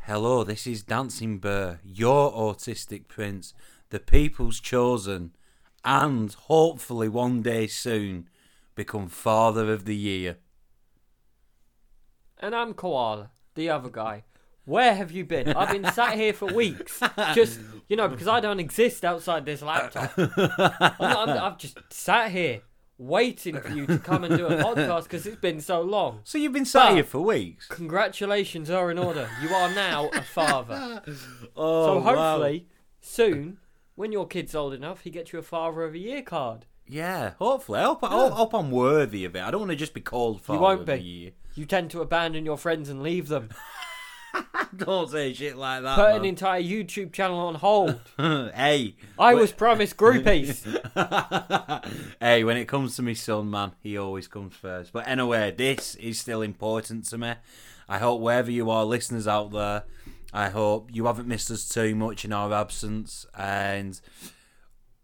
Hello, this is Dancing Bear, your autistic prince, the people's chosen, and hopefully one day soon become father of the year. And I'm Koala, the other guy. Where have you been? I've been sat here for weeks. Just, you know, because I don't exist outside this laptop. I'm not, I'm, I've just sat here waiting for you to come and do a podcast because it's been so long. So you've been sat But- here for weeks. Congratulations are in order. You are now a father. Oh, So hopefully, soon, when your kid's old enough, he gets you a father of a year card. yeah. Hopefully, I hope, I hope- I hope I'm worthy of it. I don't want to just be called father won't of be. the year. You tend to abandon your friends and leave them. Don't say shit like that. Put an entire YouTube channel on hold. man. hey, I wait- was promised groupies. hey, when it comes to me son, man, he always comes first. But anyway, this is still important to me. I hope wherever you are, listeners out there, I hope you haven't missed us too much in our absence. And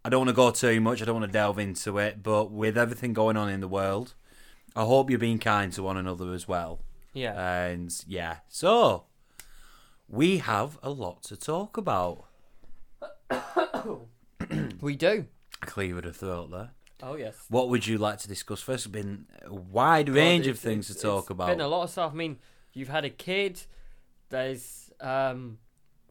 I don't want to go too much. I don't want to delve into it. But with everything going on in the world, I hope you're being kind to one another as well. Yeah. And yeah, so we have a lot to talk about. we do. I cleared a throat there. Oh, yes. What would you like to discuss first? There's been a wide range of things to talk about. Been a lot of stuff. I mean, you've had a kid. There's um,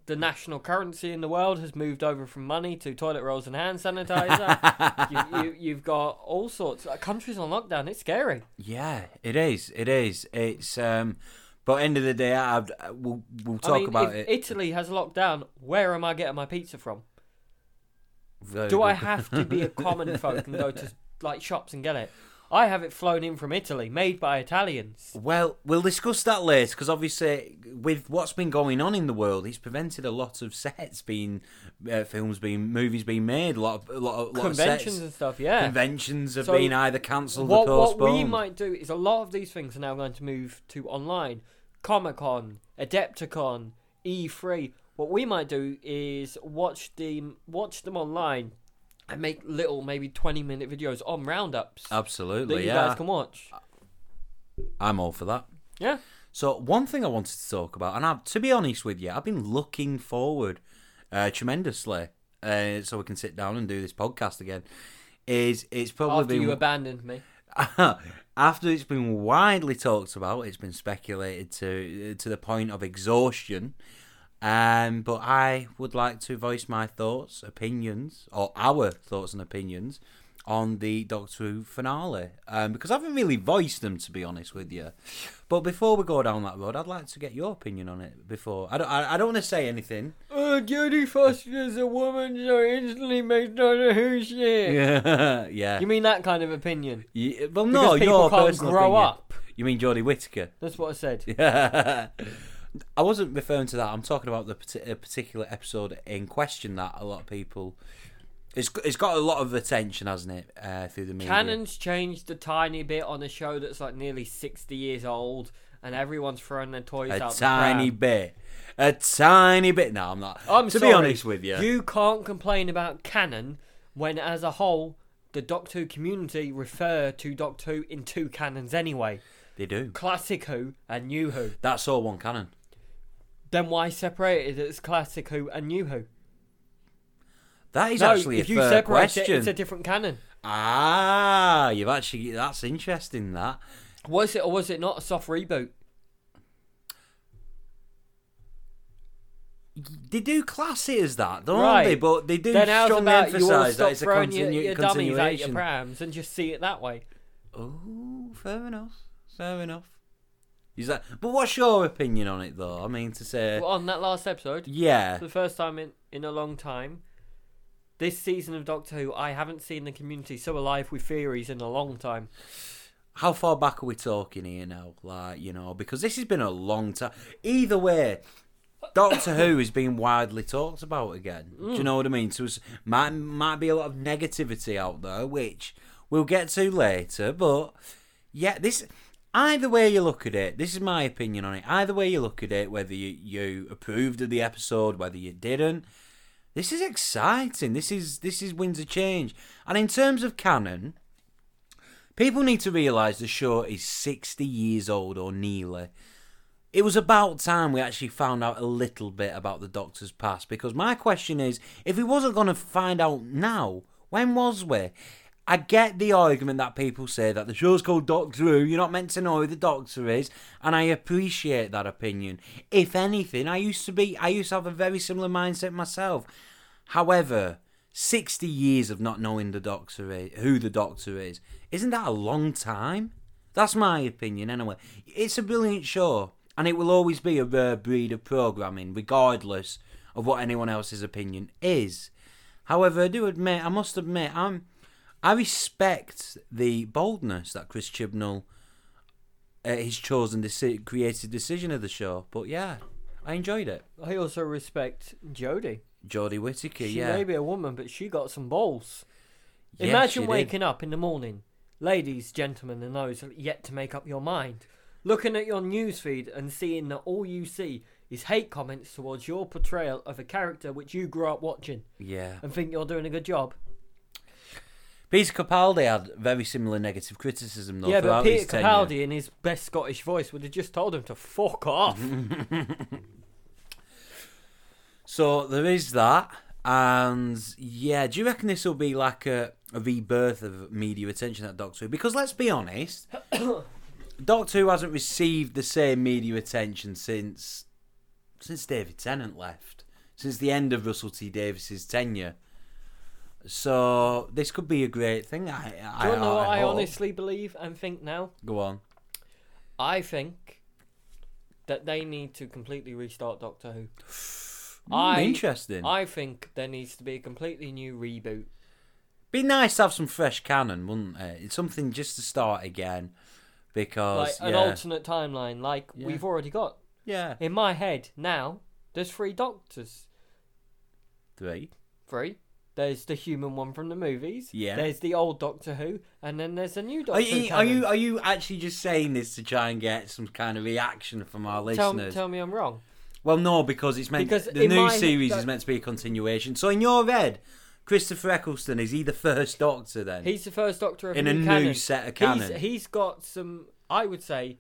the national currency in the world has moved over from money to toilet rolls and hand sanitizer. you, you, you've got all sorts. Uh, countries on lockdown. It's scary. Yeah, it is. It is. It's. um But end of the day, I, I- we'll we'll talk I mean, about it. if Italy has lockdown. Where am I getting my pizza from? Very Do I good. have to be a common folk and go to like shops and get it? I have it flown in from Italy, made by Italians. Well, we'll discuss that later because obviously, with what's been going on in the world, it's prevented a lot of sets being, uh, films being, movies being made. A lot of a lot of, lot of Conventions sets, and stuff. Yeah. conventions have So, been either cancelled or what, what postponed. we might do is a lot of these things are now going to move to online Comic Con, Adepticon, E3. What we might do is watch them watch them online and make little maybe 20 minute videos on roundups that Absolutely, you yeah. guys can watch. I'm all for that. Yeah. So one thing I wanted to talk about, and I've, to be honest with you, I've been looking forward uh, tremendously, uh, so we can sit down and do this podcast again. Is it's probably After been you abandoned me. after it's been widely talked about, it's been speculated to uh, to the point of exhaustion. Um, but I would like to voice my thoughts, opinions, or our thoughts and opinions on the Doctor Who finale, um, because I haven't really voiced them to be honest with you. But before we go down that road, I'd like to get your opinion on it. Before I don't, I, I don't want to say anything. Oh, Jodie Foster's a woman, so instantly makes Doctor Who shit. Yeah, yeah. You mean that kind of opinion? You- well, Because no, people your can't personal grow opinion. up. You mean Jodie Whittaker? That's what I said. I wasn't referring to that. I'm talking about the parti- uh, particular episode in question that a lot of people. It's it's got a lot of attention, hasn't it, uh, through the media? Canon's changed a tiny bit on a show that's like nearly 60 years old and everyone's throwing their toys a out. the tiny pram. bit, a tiny bit. No, I'm not. I'm to sorry, be honest with you, You can't complain about canon when, as a whole, the Doctor Who community refer to Doctor Who in two canons anyway they do. Classic Who and New Who. That's all one canon. Then why separate it as Classic Who and New Who? That is no, actually if a you fair separate question. it, it's a different canon. ah, you've actually that's interesting. That Was it or was it not a soft reboot? they do class it as that, don't Right. they? But they do Then how's strongly about you all emphasise stop that it's a throwing your, continu- your dummies out your continuation. prams and just see it that way? Oh, fair enough. Fair enough. Is that? But what's your opinion on it, though? I mean, to say, Well, on that last episode, yeah, for the first time in, in a long time, this season of Doctor Who, I haven't seen the community so alive with theories in a long time. how far back are we talking here now? Like, you know, because this has been a long time. Either way, Doctor Who is being widely talked about again. Do you know what I mean? So it's, might might be a lot of negativity out there, which we'll get to later. But yeah, this. Either way you look at it, this is my opinion on it. Either way you look at it, whether you, you approved of the episode, whether you didn't, this is exciting. This is this is winds of change. And in terms of canon, people need to realise the show is sixty years old or nearly. it was about time we actually found out a little bit about the Doctor's past because my question is if we wasn't going to find out now, when was we? I get the argument that people say that the show's called Doctor Who, you're not meant to know who the Doctor is, and I appreciate that opinion. If anything, I used to be, I used to have a very similar mindset myself. However, 60 years of not knowing the Doctor is, who the Doctor is, isn't that a long time? That's my opinion, anyway. It's a brilliant show, and it will always be a rare breed of programming, regardless of what anyone else's opinion is. However, I do admit, I must admit, I'm, I respect the boldness that Chris Chibnall, uh, his chosen, deci- creative decision of the show. But yeah, I enjoyed it. I also respect Jodie. Jodie Whittaker, She yeah. may be a woman, but she got some balls. Yeah, Imagine she did. waking up in the morning, ladies, gentlemen, and those yet to make up your mind, looking at your newsfeed and seeing that all you see is hate comments towards your portrayal of a character which you grew up watching Yeah. and think you're doing a good job. Peter Capaldi had very similar negative criticism, though. yeah, but throughout Peter his tenure. Capaldi in his best Scottish voice would have just told him to fuck off. So there is that, and yeah, do you reckon this will be like a, a rebirth of media attention at Doctor Who? Because let's be honest, Doctor Who hasn't received the same media attention since since David Tennant left, since the end of Russell T Davis's tenure. So this could be a great thing. I, I, Do you know what I, hope. honestly believe and think now? go on. I think that they need to completely restart Doctor Who. I- interesting. I think there needs to be a completely new reboot. Be nice to have some fresh canon, wouldn't it? It's something just to start again, like because an Oh, yeah, alternate timeline, like Yeah. we've already got. yeah, In my head now, there's three doctors. three. Three. There's the human one from the movies. Yeah. There's the old Doctor Who, and then there's a new Are Doctor. you, Who are canon. you are you actually just saying this to try and get some kind of reaction from our Tell, listeners? tell me I'm wrong. Well, no, because it's meant Because the in new my- series that- is meant to be a continuation. So in your head, Christopher Eccleston is he the first Doctor then? He's the first Doctor of In new a new canon. set of He's- canon. he's got some. I would say,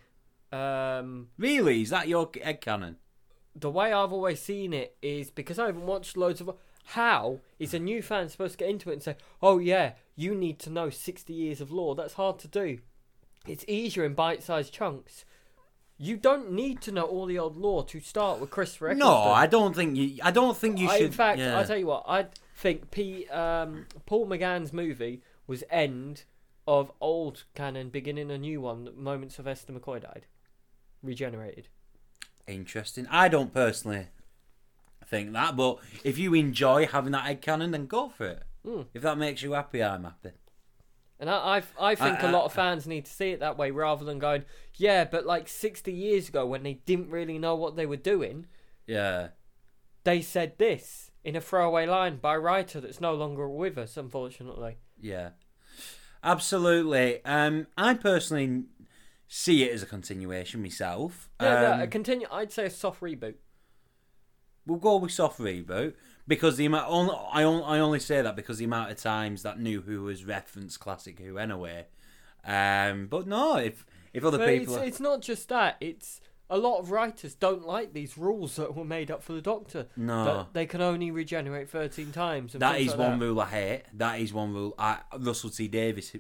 um, really? Is that your head canon? the way I've always seen it is because I haven't watched loads of. How is a new fan supposed to get into it and say, "Oh yeah, you need to know sixty years of lore"? That's hard to do. It's easier in bite-sized chunks. You don't need to know all the old lore to start with Christopher Eccleston. No, I don't think you. I don't think you I- should. in fact, yeah. I tell you what, I think P, um, Paul McGann's movie was end of old canon, beginning a new one. The moment Sylvester McCoy died, regenerated. Interesting. I don't personally think that, but if you enjoy having that head canon, then go for it. Hmm. If that makes you happy, I'm happy. And I, I, I think a I- lot of fans need to see it that way rather than going, yeah, but like 60 years ago when they didn't really know what they were doing, Yeah. they said this in a throwaway line by a writer that's no longer with us, unfortunately. Yeah, absolutely. Um, I personally see it as a continuation myself. Yeah, yeah, Um, a continue. I'd say a soft reboot. We'll go with soft reboot because the amount. Only, I on- I only say that because the amount of times that New Who has referenced classic Who anyway. Um, but no, if if other But it's, people, are- it's not just that. It's a lot of writers don't like these rules that were made up for the Doctor. No. That they can only regenerate 13 times. And that things is like one that. rule I hate. That is one rule. I Russell T Davis uh,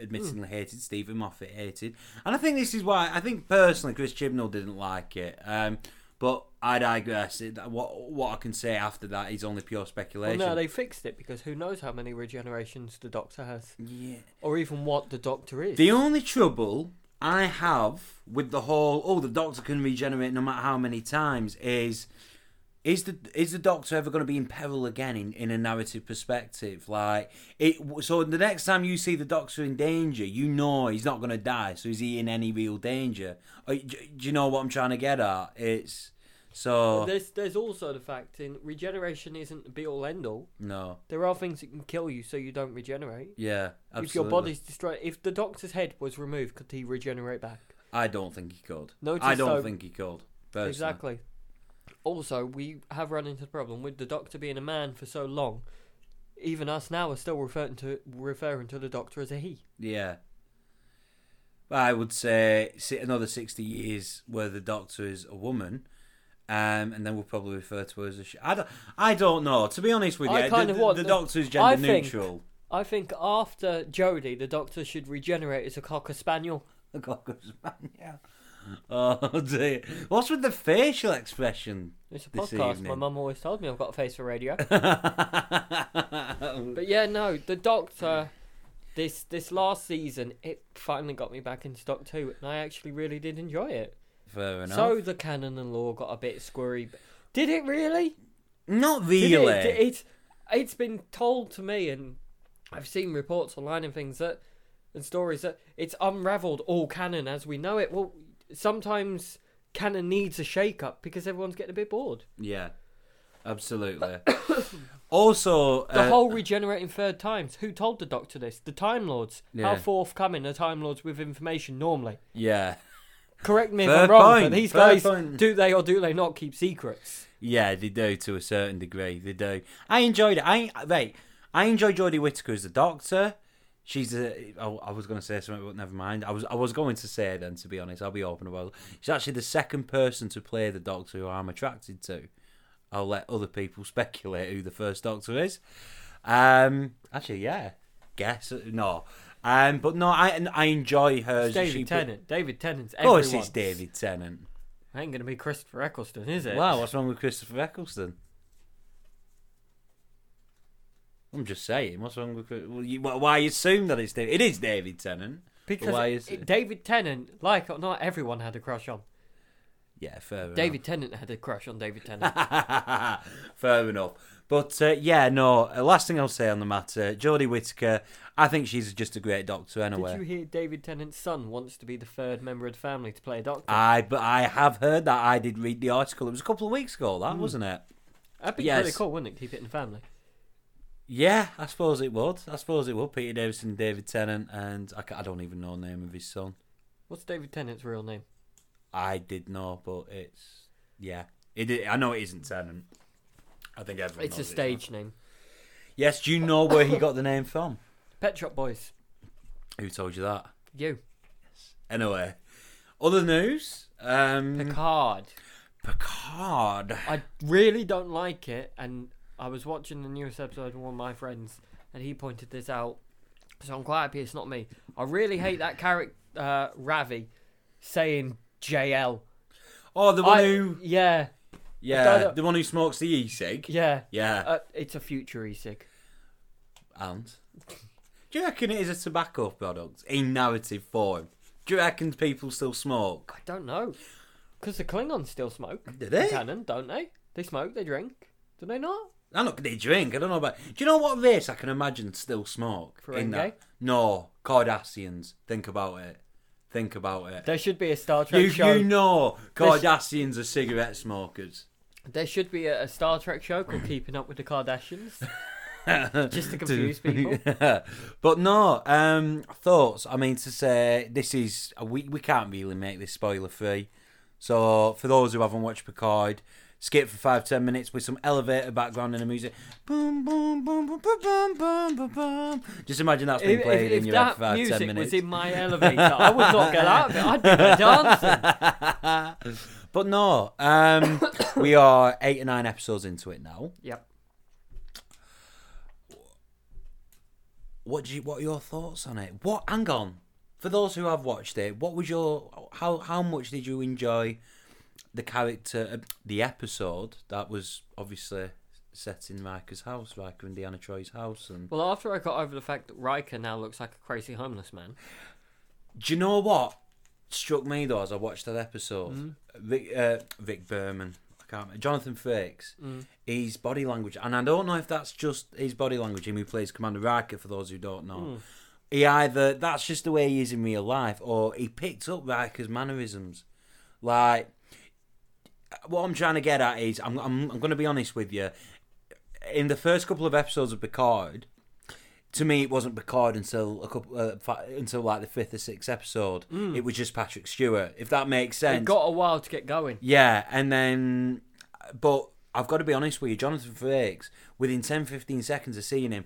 admittedly Hmm. hated. Stephen Moffat hated, and I think this is why I think personally Chris Chibnall didn't like it. Um, but I digress. It, what what I can say after that is only pure Well, speculation. no, they fixed it because who knows how many regenerations the Doctor has, yeah. or even what the Doctor is. The only trouble I have with the whole oh the doctor can regenerate no matter how many times is is the is the doctor ever going to be in peril again in, in a narrative perspective like it so the next time you see the doctor in danger you know he's not going to die so is he in any real danger Uh, d- do, you know what I'm trying to get at it's so There's there's also the fact in regeneration isn't the be all end all. no There are things that can kill you so you don't regenerate. yeah absolutely. If your body's destroyed, if the doctor's head was removed, could he regenerate back? I don't think he could Notice I don't though- think he could personally. Exactly. Also, we have run into the problem with the doctor being a man for so long. Even us now are still referring to referring to the doctor as a he. Yeah. I would say si- another 60 years where the Doctor is a woman. Um, and then we'll probably refer to her as a she. I don't, I don't know. To be honest with you, I the- kind of the, want the the- Doctor is I gender think- neutral. I think after Jodie, the Doctor should regenerate as a cocker spaniel. The Cocker Spaniel. Oh dear! What's with the facial expression? It's a This podcast. My evening. mum always told me I've got a face for radio. but But yeah, no, the Doctor. This this last season, it finally got me back into Doctor Who, and I actually really did enjoy it. Fair enough. So the canon and law got a bit squirry. but- Did it really? Not Did really. it, it, it's- it's been told to me, and I've seen reports online and things that, and stories that it's unravelled all canon as we know it. Well, sometimes canon needs a shake up because everyone's getting a bit bored. Yeah, absolutely. also, The uh, whole regenerating third times. Who told the Doctor this? The Time Lords. How Yeah. forthcoming are Time Lords with information normally? yeah, Correct me if Fair I'm wrong, but point, these fair guys point. do they or do they not keep secrets? yeah, they do to a certain degree. They do. I enjoyed it. I wait. I enjoy Jodie Whittaker as the Doctor. She's a. I, I was going to say something, but never mind. I was. I was going to say then. To be honest, I'll be open about. It. She's actually the second person to play the Doctor who I'm attracted to. I'll let other people speculate who the first Doctor is. Um, actually, yeah, guess no. Um, but no, I I enjoy her. as David she- Tennant. David Tennant's Of everyone. course, it's David Tennant. Ain't gonna be Christopher Eccleston, is it? Wow, what's wrong with Christopher Eccleston? I'm just saying, what's wrong with? Chris- Well, you, why- why you assume that it's David? It is David Tennant. Because Why is it- it- David Tennant, like or not, everyone had a crush on. Yeah, fair enough. David Tennant had a crush on David Tennant. fair enough. But uh, yeah, no. uh, Last thing I'll say on the matter, Jodie Whittaker. I think she's just a great doctor anyway. Did you hear David Tennant's son wants to be the third member of the family to play a doctor? I but I have heard that. I did read the article. It was a couple of weeks ago, Hmm. that wasn't it? That'd be yes. really cool, wouldn't it? Keep it in the family. Yeah, I suppose it would. I suppose it would. Peter Davison, David Tennant, and I, ca- I don't even know the name of his son. What's David Tennant's real name? I did know, but it's yeah. It i- I know it isn't Tennant. I think everyone. It's a knows it. stage name. Yes, do you know where he got the name from? Pet Shop Boys. Who told you that? You. Anyway, other news. Um, Picard. Picard. I really don't like it, and I was watching the newest episode with one of my friends, and he pointed this out. So I'm quite happy it's not me. I really hate that character uh, Ravi saying JL. Oh, the one I- who Yeah, I yeah, don't- the one who smokes the e-cig. yeah. Yeah, Uh, it's a future e-cig. and do you reckon it is a tobacco product in narrative form? Do you reckon people still smoke? I don't know, because the Klingons still smoke. Do The they? Canon, don't they? They smoke. They drink. Do they not? I look, they drink. I don't know about. Do you know what race I can imagine still smoke? Ferengi? No, Cardassians. Think about it. Think about it. There should be a Star Trek You, show. you know, This- Cardassians are cigarette smokers. There should be a, a Star Trek show called Keeping Up with the Kardashians. Just to confuse people. but no, um, thoughts. I mean to say, this is we we can't really make this spoiler free. So for those who haven't watched Picard, skip for five ten minutes with some elevator background and the music. Boom boom boom boom boom boom boom boom. boom. Just imagine that's been If, played if, in if your head that for five music ten minutes. was in my elevator, I would not get out of it. I'd be there dancing. but no, um, we are eight or nine episodes into it now. Yep. What do you, what are your thoughts on it? What hang on. For those who have watched it, what was your how how much did you enjoy the character uh, the episode that was obviously set in Riker's house, Riker and Deanna Troy's house and Well, after I got over the fact that Riker now looks like a crazy homeless man, Do you know what struck me though as I watched that episode? Vic, uh, Vic Berman, I can't remember, Jonathan Frakes, his body language, and I don't know if that's just his body language. Him who plays Commander Riker, for those who don't know, he either that's just the way he is in real life, or he picked up Riker's mannerisms. Like what I'm trying to get at is, I'm I'm, I'm going to be honest with you. In the first couple of episodes of Picard, to me, it wasn't Picard until a couple uh, fa- until like the fifth or sixth episode. It was just Patrick Stewart, if that makes Mm. it sense. got a while to get going. yeah, and then, but I've got to be honest with you, Jonathan Frakes. Within 10, 15 seconds of seeing him,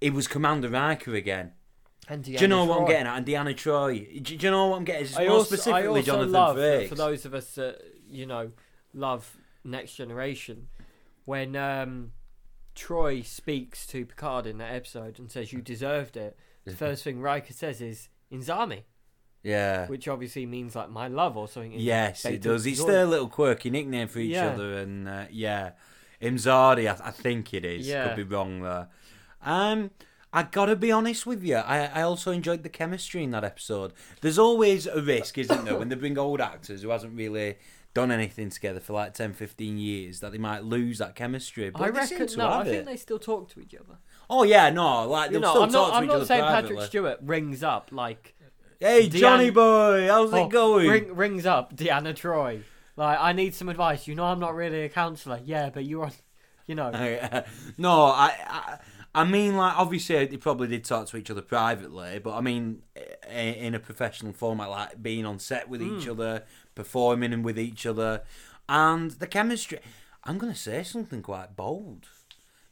it was Commander Riker again. And Do you know Deanna what I'm Troy. getting at? And Deanna Troy. Do, do you know what I'm getting? It's I more also, I specifically also Jonathan love that Frakes. for those of us that you know love Next Generation when um, Troy speaks to Picard in that episode and says you deserved it. The first thing Riker says is "Inzami," yeah. which obviously means like my love or something. Yes, They it does. took It's joy. their little quirky nickname for each Yeah. other, and uh, yeah, Imzadi, I, I think it is. Yeah. Could be wrong there. Um, I gotta be honest with you. I, I also enjoyed the chemistry in that episode. There's always a risk, isn't there, when they bring old actors who hasn't really done anything together for like 10, 15 years, that they might lose that chemistry. But I they seem reckon to no. I have think it. they still talk to each other. Oh yeah, no, like You they'll know, still I'm talk not. to I'm each not other saying privately. Patrick Stewart rings up like Hey, Deanna- Johnny boy, how's oh, it going? Ring, rings up Deanna Troy. Like I need some advice. You know, I'm not really a counsellor. Yeah, but you're on. You know. I- no, I, I, I mean, like, obviously, they probably did talk to each other privately, but I mean, i- in a professional format, like being on set with Hmm. each other, performing and with each other, and the chemistry. I'm going to say something quite bold.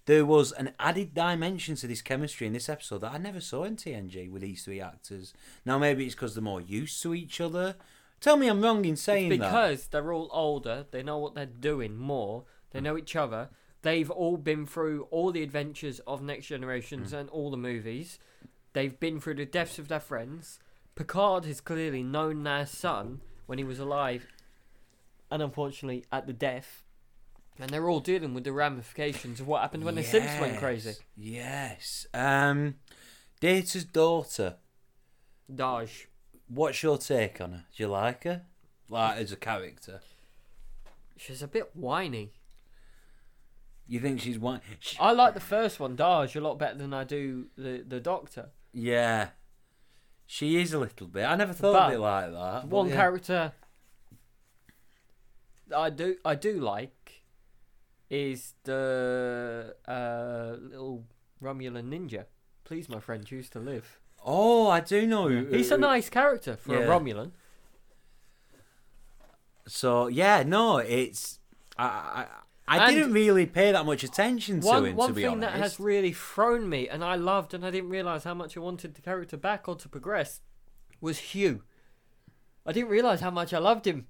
There was an added dimension to this chemistry in this episode that I never saw in TNG with these three actors. Now, maybe it's because they're more used to each other. Tell me I'm wrong in saying that. because they're all older, they know what they're doing more, they Hmm. know each other. They've all been through all the adventures of Next Generations Hmm. and all the movies. They've been through the deaths of their friends. Picard has clearly known their son when he was alive, and unfortunately at the death. And they're all dealing with the ramifications of what happened when the Sims went crazy. Yes. Um, Data's daughter. Daj. What's your take on her? Do you like her? Like as a character, She's a bit whiny. you think she's one? She, I like the first one, Daj, a lot better than I do the, the Doctor. yeah, she is a little bit. I never thought But of it like that. but one yeah. character that I do I do like is the uh, little Romulan ninja. Please, my friend, choose to live. Oh, I do know. who- He's a who- nice character for Yeah. a Romulan. So yeah, no, it's I. I, I And- didn't really pay that much attention to One, him, one to be thing honest. that has really thrown me, and I loved, and I didn't realize how much I wanted the character back or to progress, was Hugh. I didn't realize how much I loved him.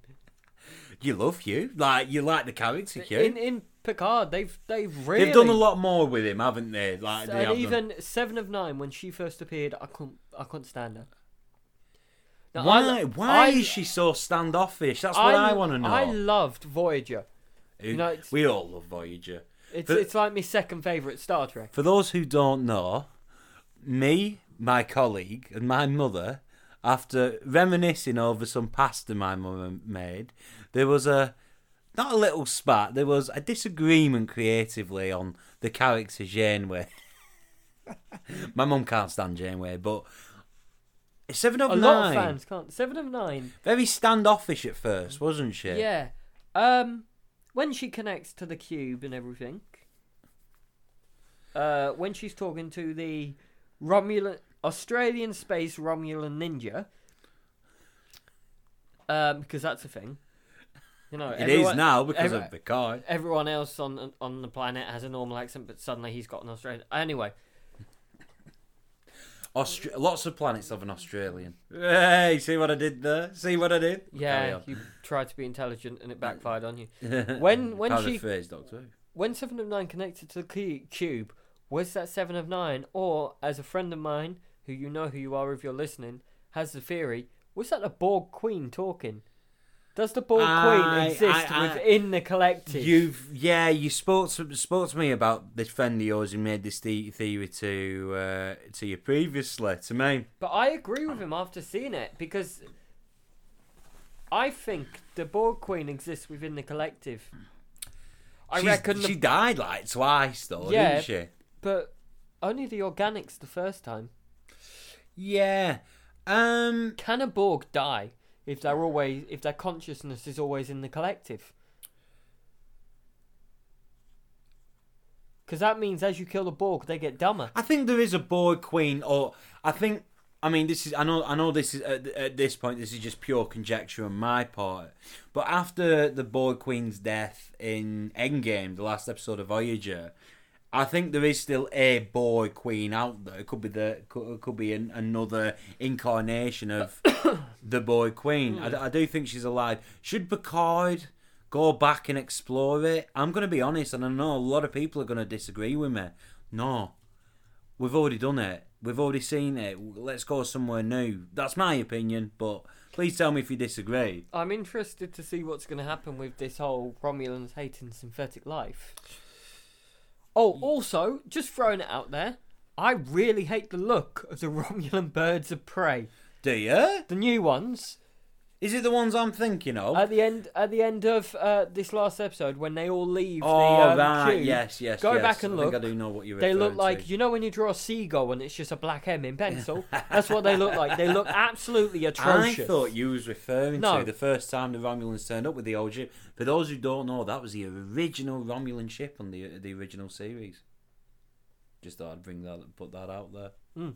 You love Hugh, like you like the character Hugh. In in Picard, they've they've really They've done a lot more with him, haven't they? Like they have and done. even Seven of Nine, when she first appeared, I couldn't, I couldn't stand her. Now, Why? I- why I- is she so standoffish? That's what I, want to know. I loved Voyager. Who- you know, it's- we all love Voyager. It's But- it's like my second favorite Star Trek. For those who don't know, me, my colleague, and my mother, after reminiscing over some pasta my mum made, there was a not a little spat. There was a disagreement creatively on the character Janeway. my mum can't stand Janeway, but Seven of A Nine lot of fans can't. Seven of Nine. very standoffish at first, wasn't she? Yeah. Um, when she connects to the cube and everything. Uh, when she's talking to the Romulan Australian space Romulan ninja. Um, because that's a thing. You know, It is everyone- now because every- of the car. everyone else on on the planet has a normal accent, but suddenly he's got an Australian. Anyway, Austra- lots of planets have an Australian. Hey, see what I did there? See what I did? yeah, you tried to be intelligent Mm. and it backfired on you. When when she Paraphrase Doctor. Who. when Seven of Nine connected to the cu- cube, was that Seven of Nine, or as a friend of mine who you know who you are if you're listening has the theory, was that the Borg Queen talking? Does the Borg I- Queen exist I- I- within the collective? You've yeah, you spoke to, spoke to me about this friend of yours who made this the- theory to uh, to you previously to me. But I agree with him after seeing it because I think the Borg Queen exists within the collective. I She's- reckon, the- she died like twice though, Yeah. didn't she? but only the organics the first time. Yeah. Um. Can a Borg die if they're always if their consciousness is always in the collective? Because that means as you kill the Borg, they get dumber. I think there is a Borg Queen, or I think I mean this is I know I know this is at, at this point this is just pure conjecture on my part, but after the Borg Queen's death in Endgame, the last episode of Voyager, I think there is still a boy queen out there. It could be the could, could be an, another incarnation of the boy queen. I d I I, do think she's alive. Should Picard go back and explore it? I'm going to be honest, and I know a lot of people are going to disagree with me. No, we've already done it. We've already seen it. Let's go somewhere new. That's my opinion, but please tell me if you disagree. I'm interested to see what's going to happen with this whole Romulans hating synthetic life. Oh, also, just throwing it out there, I really hate the look of the Romulan birds of prey. Do you? The new ones Is it the ones I'm thinking of? at the end at the end of uh, this last episode when they all leave oh, the um, right. tube, Yes, yes. Go yes. back and I think look. I do know what you're They look referring like to. you know when you draw a seagull and it's just a black M in pencil. That's what they look like. They look absolutely atrocious. I thought you was referring No. to the first time the Romulans turned up with the old ship. For those who don't know, that was the original Romulan ship on the the original series. Just thought I'd bring that, put that out there. Mm.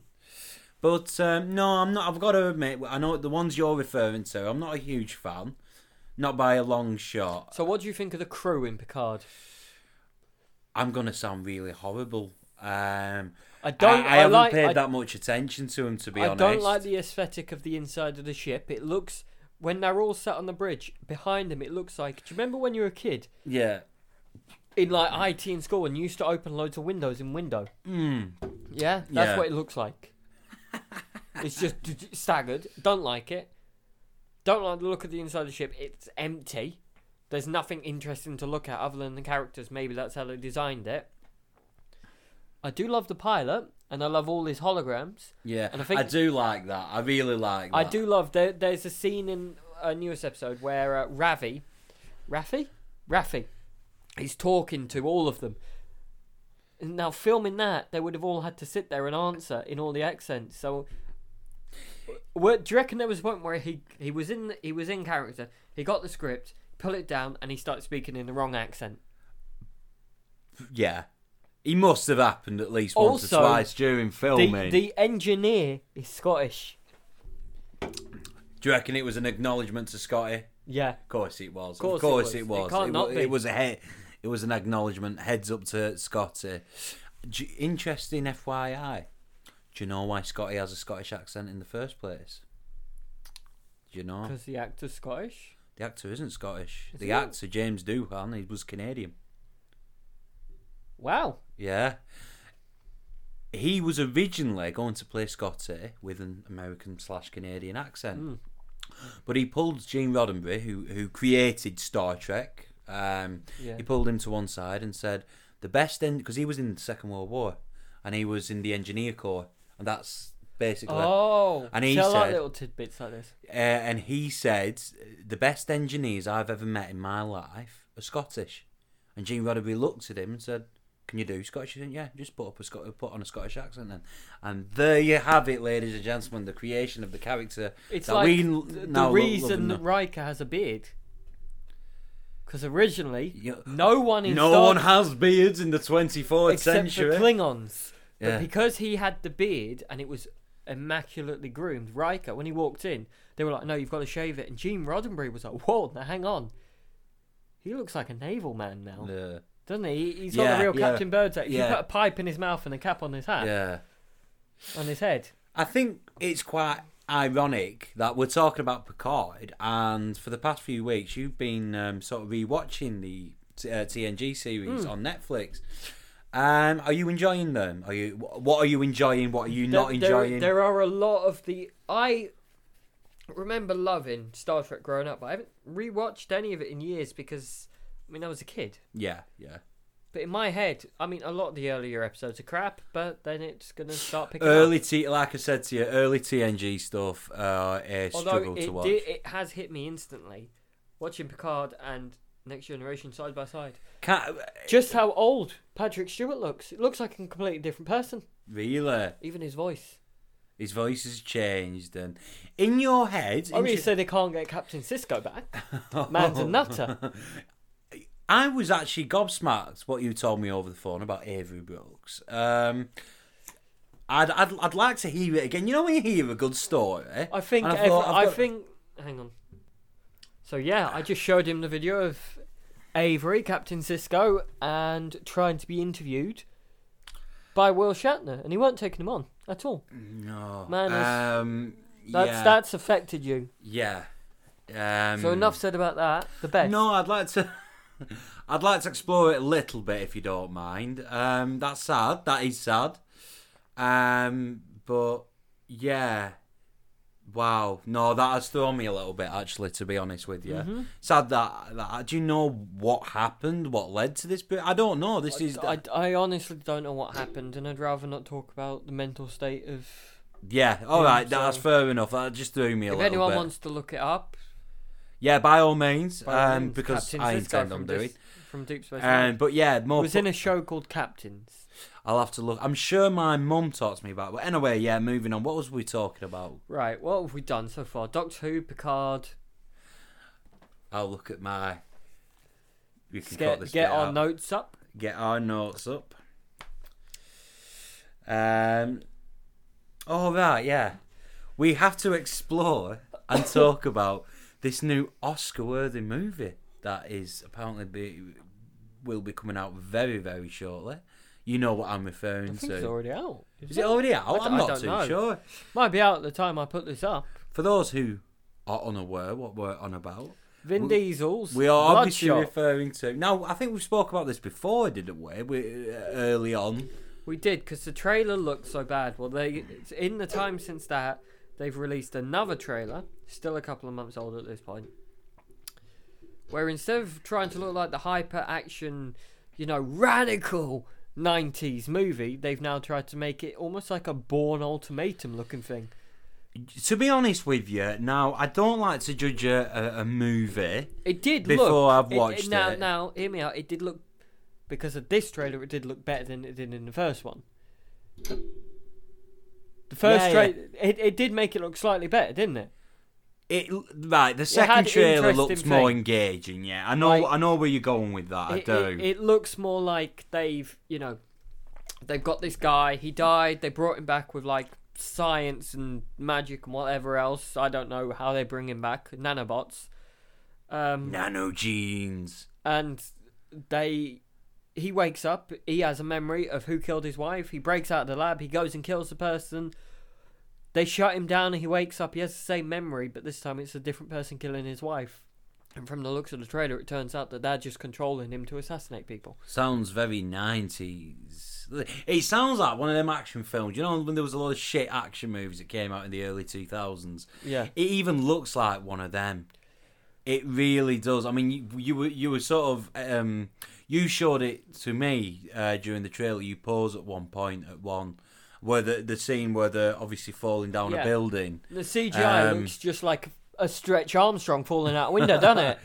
But um, no, I'm not. I've got to admit, I know the ones you're referring to. I'm not a huge fan, not by a long shot. So, what do you think of the crew in Picard? I'm gonna sound really horrible. Um, I don't. I, I I, haven't like. paid I, that much attention to him, to be I honest. don't like the aesthetic of the inside of the ship. It looks when they're all sat on the bridge behind them. It looks like. Do you remember when you were a kid yeah. in like IT in school and you used to open loads of windows in window? Mm. Yeah, that's Yeah. what it looks like. it's just d- d- staggered. Don't like it. Don't like the look of the inside of the ship. It's empty. There's nothing interesting to look at other than the characters. Maybe that's how they designed it. I do love the pilot, and I love all his holograms. Yeah, And I I, think- do like that. I really like that. I do love. There, there's a scene in a newest episode where uh, Ravi, Rafi, Rafi, he's talking to all of them. Now filming that, they would have all had to sit there and answer in all the accents. So, what, do you reckon there was a point where he he was in he was in character? He got the script, pull it down, and he started speaking in the wrong accent. Yeah. He must have happened at least once Also, or twice during The, filming. the engineer is Scottish. Do you reckon it was an acknowledgement to Scotty? Yeah, Of course it was. Of course it course, was. It it was. can't It, not wa- be. it was a he- it was an acknowledgement. Heads up to Scotty. Do you- interesting FYI. Do you know why Scotty has a Scottish accent in the first place? Do you know? because the actor's Scottish. The actor isn't Scottish. the he not? actor, James Doohan, he was Canadian. Wow. Yeah. He was originally going to play Scotty with an American slash Canadian accent. But he pulled Gene Roddenberry, who, who created Star Trek, um, Yeah. he pulled him to one side and said, the best end, because he was in the Second World War and he was in the Engineer Corps. And that's basically. Oh, And he see, I like said- little tidbits like this. Uh, and he said, the best engineers I've ever met in my life are Scottish. And Gene Roddenberry looked at him and said, can you do Scottish? He said, yeah, just put up a Scot- put on a Scottish accent then. And there you have it, ladies and gentlemen, the creation of the character It's that like we th- l- the, now lo- love reason and that Riker has a beard. Because originally, You- no one in No Star one has beards in the 24th except century. for Klingons. Yeah. But because he had the beard and it was immaculately groomed, Riker, when he walked in, they were like, no, you've got to shave it. And Gene Roddenberry was like, whoa, now hang on. He looks like a naval man now, Yeah. doesn't he? He- He's got Yeah, the real yeah, Captain Birdseye. If you yeah. put a pipe in his mouth and a cap on his hat, yeah. on his head. I think it's quite ironic that we're talking about Picard, and for the past few weeks, you've been um, sort of rewatching the uh, TNG series Hmm. on Netflix. Um, are you enjoying them? Are you? wh- What are you enjoying? What are you not There- there- enjoying? There, are a lot of the I remember loving Star Trek growing up, but I haven't rewatched any of it in years because I mean I was a kid. Yeah, yeah. But in my head, I mean a lot of the earlier episodes are crap, but then it's gonna start picking up. Early T, like I said to you, early TNG stuff. Uh, a Although struggle it to watch. did, it has hit me instantly watching Picard and Next Generation side by side. Can't, Just how old Patrick Stewart looks. It looks like a completely different person. really, Even his voice. his voice has changed, and in your head, I mean, inter- so they can't get Captain Cisco back. Man's a nutter. I was actually gobsmacked what you told me over the phone about Avery Brooks. Um, I'd, I'd, I'd like to hear it again. You know when you hear a good story, I think and ev I thought, I've I got- think hang on. So yeah, I just showed him the video of Avery, Captain Cisco, and trying to be interviewed by Will Shatner, and he weren't taking him on at all. No. Madness. Um, That's yeah. that's affected you. Yeah. Um, So enough said about that. The best. No, I'd like to. I'd like to explore it a little bit, if you don't mind. Um, that's sad. That is sad. Um, but yeah, wow. No, that has thrown me a little bit, actually. To be honest with you, Mm-hmm. sad that, that. Do you know what happened? What led to this? But I don't know. This is I, I honestly don't know what happened, and I'd rather not talk about the mental state of. yeah. All right, so- that's fair enough. That just threw me a if little anyone bit. wants to look it up, yeah, by all means, by all um, means, because Captain I Cisco intend from on doing. Dis- from Deep Space Nine Um, but yeah, more was fu- in a show called Captains. I'll have to look. I'm sure my mum talked to me about. it. But anyway, yeah. Moving on. What was we talking about? Right, what have we done so far? Doctor Who, Picard. I'll look at my. We can cut Get this get bit our out. notes up. Get our notes up. Um. All right. Yeah. We have to explore and talk about this new Oscar-worthy movie that is apparently be, will be coming out very, very shortly. You know what I'm I referring think to. it's already out. Is it already out? I d- I'm I not don't too know. sure. Might be out at the time I put this up. For those who are unaware what we're on about, Vin We- Diesel's we are obviously Bloodshot. referring to. Now, I think we spoke about this before, didn't we? we uh, early on. We did because the trailer looked so bad. Well, they it's in the time since that they've released another trailer, still a couple of months old at this point, where instead of trying to look like the hyper action, you know, radical '90s movie, they've now tried to make it almost like a Born Ultimatum looking thing. To be honest with you, now I don't like to judge a, a, a movie. It did Before look. I've watched now, it. Now, hear me out. It did look because of this trailer. It did look better than it did in the first one. The first Yeah, yeah. trailer, it, it did make it look slightly better, didn't it? It right. The had second trailer interesting looks more thing. engaging. Yeah, I know. Like- I know where you're going with that. I it, do. It, it looks more like they've, you know, they've got this guy. He died. They brought him back with like science and magic and whatever else. I don't know how they bring him back. Nanobots. Um, Nano jeans. and they he wakes up he has a memory of who killed his wife he breaks out of the lab he goes and kills the person they shut him down and he wakes up he has the same memory but this time it's a different person killing his wife and from the looks of the trailer it turns out that they're just controlling him to assassinate people Sounds very 90s. It sounds like one of them action films. You know, when there was a lot of shit action movies that came out in the early 2000s? Yeah. It even looks like one of them. It really does. I mean, you, you were you were sort of um, you showed it to me uh, during the trailer. You pause at one point at one where the the scene where they're obviously falling down Yeah. a building. the cgi Um, looks just like a stretch armstrong falling out a window doesn't it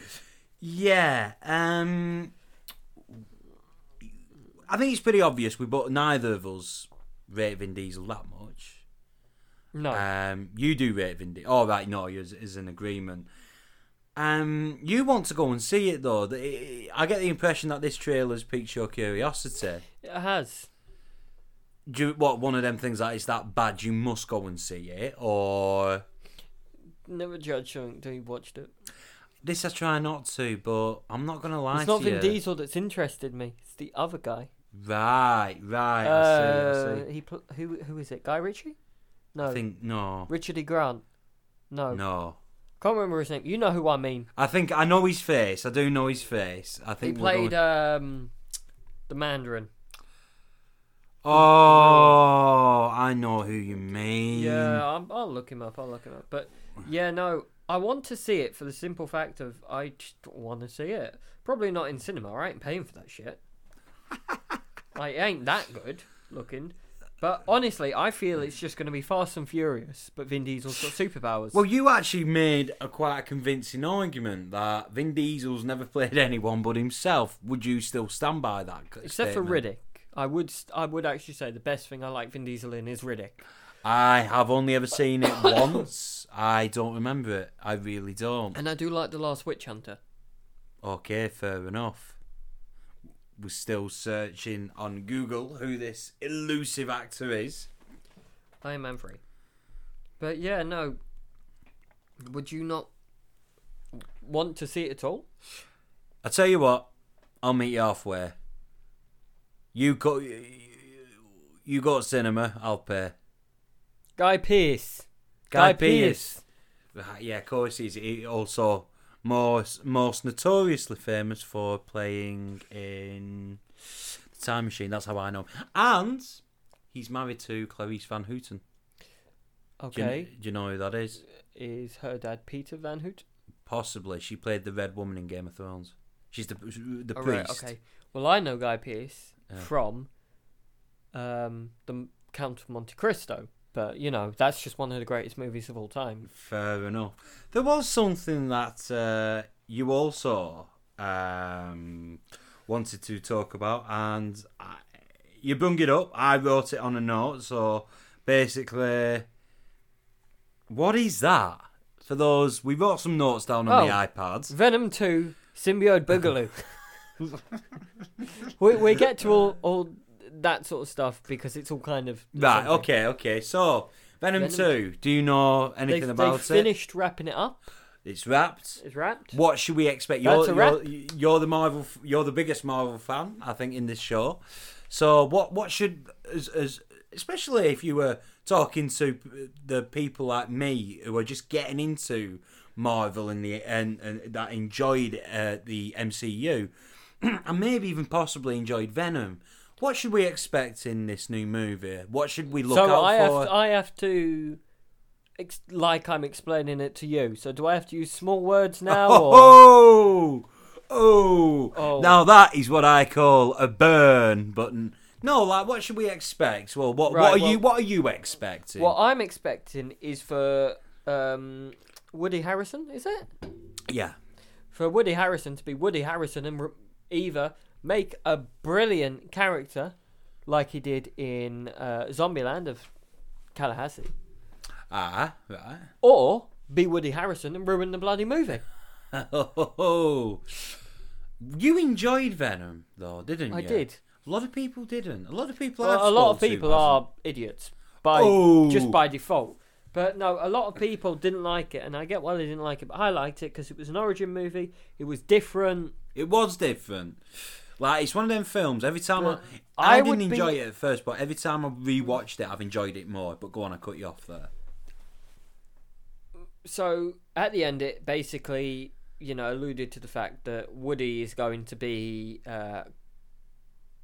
Yeah. Um, I think it's pretty obvious. We both neither of us rate Vin Diesel that much. no Um, you do rate Vin Diesel. All right, no, is is an agreement. Um, you want to go and see it though. The- it- I get the impression that this trailer's piqued your curiosity. it has Do you, what one of them things that it's that bad you must go and see it, or never judged something until you watched it this I try not to, but I'm not gonna lie it's to not you. vin diesel that's interested me it's the other guy Right, right. I see. I Uh, see. he pl- who who is it? Guy Ritchie? No, I think no, Richard E. Grant. No, no. can't remember his name. You know who I mean. I think I know his face. I do know his face. I He think we're played going- um, the Mandarin. uh, Oh, I know who you mean. Yeah, I'm, I'll look him up. I'll look him up. But yeah, no, I want to see it for the simple fact of I just want to see it. Probably not in cinema. I ain't paying for that shit. like, it ain't that good looking. But honestly, I feel it's just going to be Fast and Furious, but Vin Diesel's got superpowers. Well, you actually made a quite a convincing argument that Vin Diesel's never played anyone but himself. Would you still stand by that? Except for statement? Riddick, I would st- I would actually say the best thing I like Vin Diesel in is Riddick. I have only ever seen it once. I don't remember it. I really don't. And I do like the Last Witch Hunter. Okay, fair enough. We're still searching on Google who this elusive actor is. Iron Man three. But yeah, no. Would you not want to see it at all? I tell you what, I'll meet you halfway. You go. you go to cinema, I'll pay. Guy Pearce. Guy, Pearce. Right, Yeah, of course he's he also most most notoriously famous for playing in the Time Machine. That's how I know. him. And he's married to Clarice Van Houten. Do you- Okay. do you know who that is? Is her dad Peter Van Hoot? Possibly. She played the Red Woman in Game of Thrones. She's the the Oh, priest. right, okay. Well, I know Guy Pearce Yeah. from um, the M- Count of Monte Cristo, but you know that's just one of the greatest movies of all time. Fair enough. There was something that uh, you also um, wanted to talk about, and I, you brung it up. I wrote it on a note. So basically, what is that? For those, we wrote some notes down on the Oh. iPads. Venom Two, Symbiote Boogaloo. we we get to all all that sort of stuff because it's all kind of Right, something. okay, okay. So, Venom, Venom 2, do you know anything They've, about they've finished wrapping it up. it? It's wrapped. It's wrapped. What should we expect? You're, That's a you're, you're the Marvel. f- You're the biggest Marvel fan, I think, in this show. So what? What should as, as especially if you were talking to p- the people like me who are just getting into Marvel and the and, and that enjoyed uh, the MCU and maybe even possibly enjoyed Venom. What should we expect in this new movie? What should we look so out I for? have to, I have to. Ex- like I'm explaining it to you, so do I have to use small words now? Or? Oh, oh, Oh. Now that is what I call a burn button. No, like what should we expect? Well, what Right, what are well- you what are you expecting? What I'm expecting is for um, Woody Harrison, is it? Yeah, For Woody Harrison to be Woody Harrison and re- either make a brilliant character like he did in uh, Zombieland of Tallahassee, ah, right. or be Woody Harrison and ruin the bloody movie. Oh, you enjoyed Venom though, didn't I you? did. A lot of people didn't. A lot of people. I've Well, a lot of spoke to people hasn't. are idiots by Oh. just by default. But no, a lot of people didn't like it, and I get why they didn't like it. But I liked it because it was an origin movie. It was different. It was different. Like it's one of them films. Every time But I, I, I would didn't be- enjoy it at first, but every time I rewatched it, I've enjoyed it more. But go on, I cut you off there. so at the end, it basically, you know, alluded to the fact that Woody is going to be uh,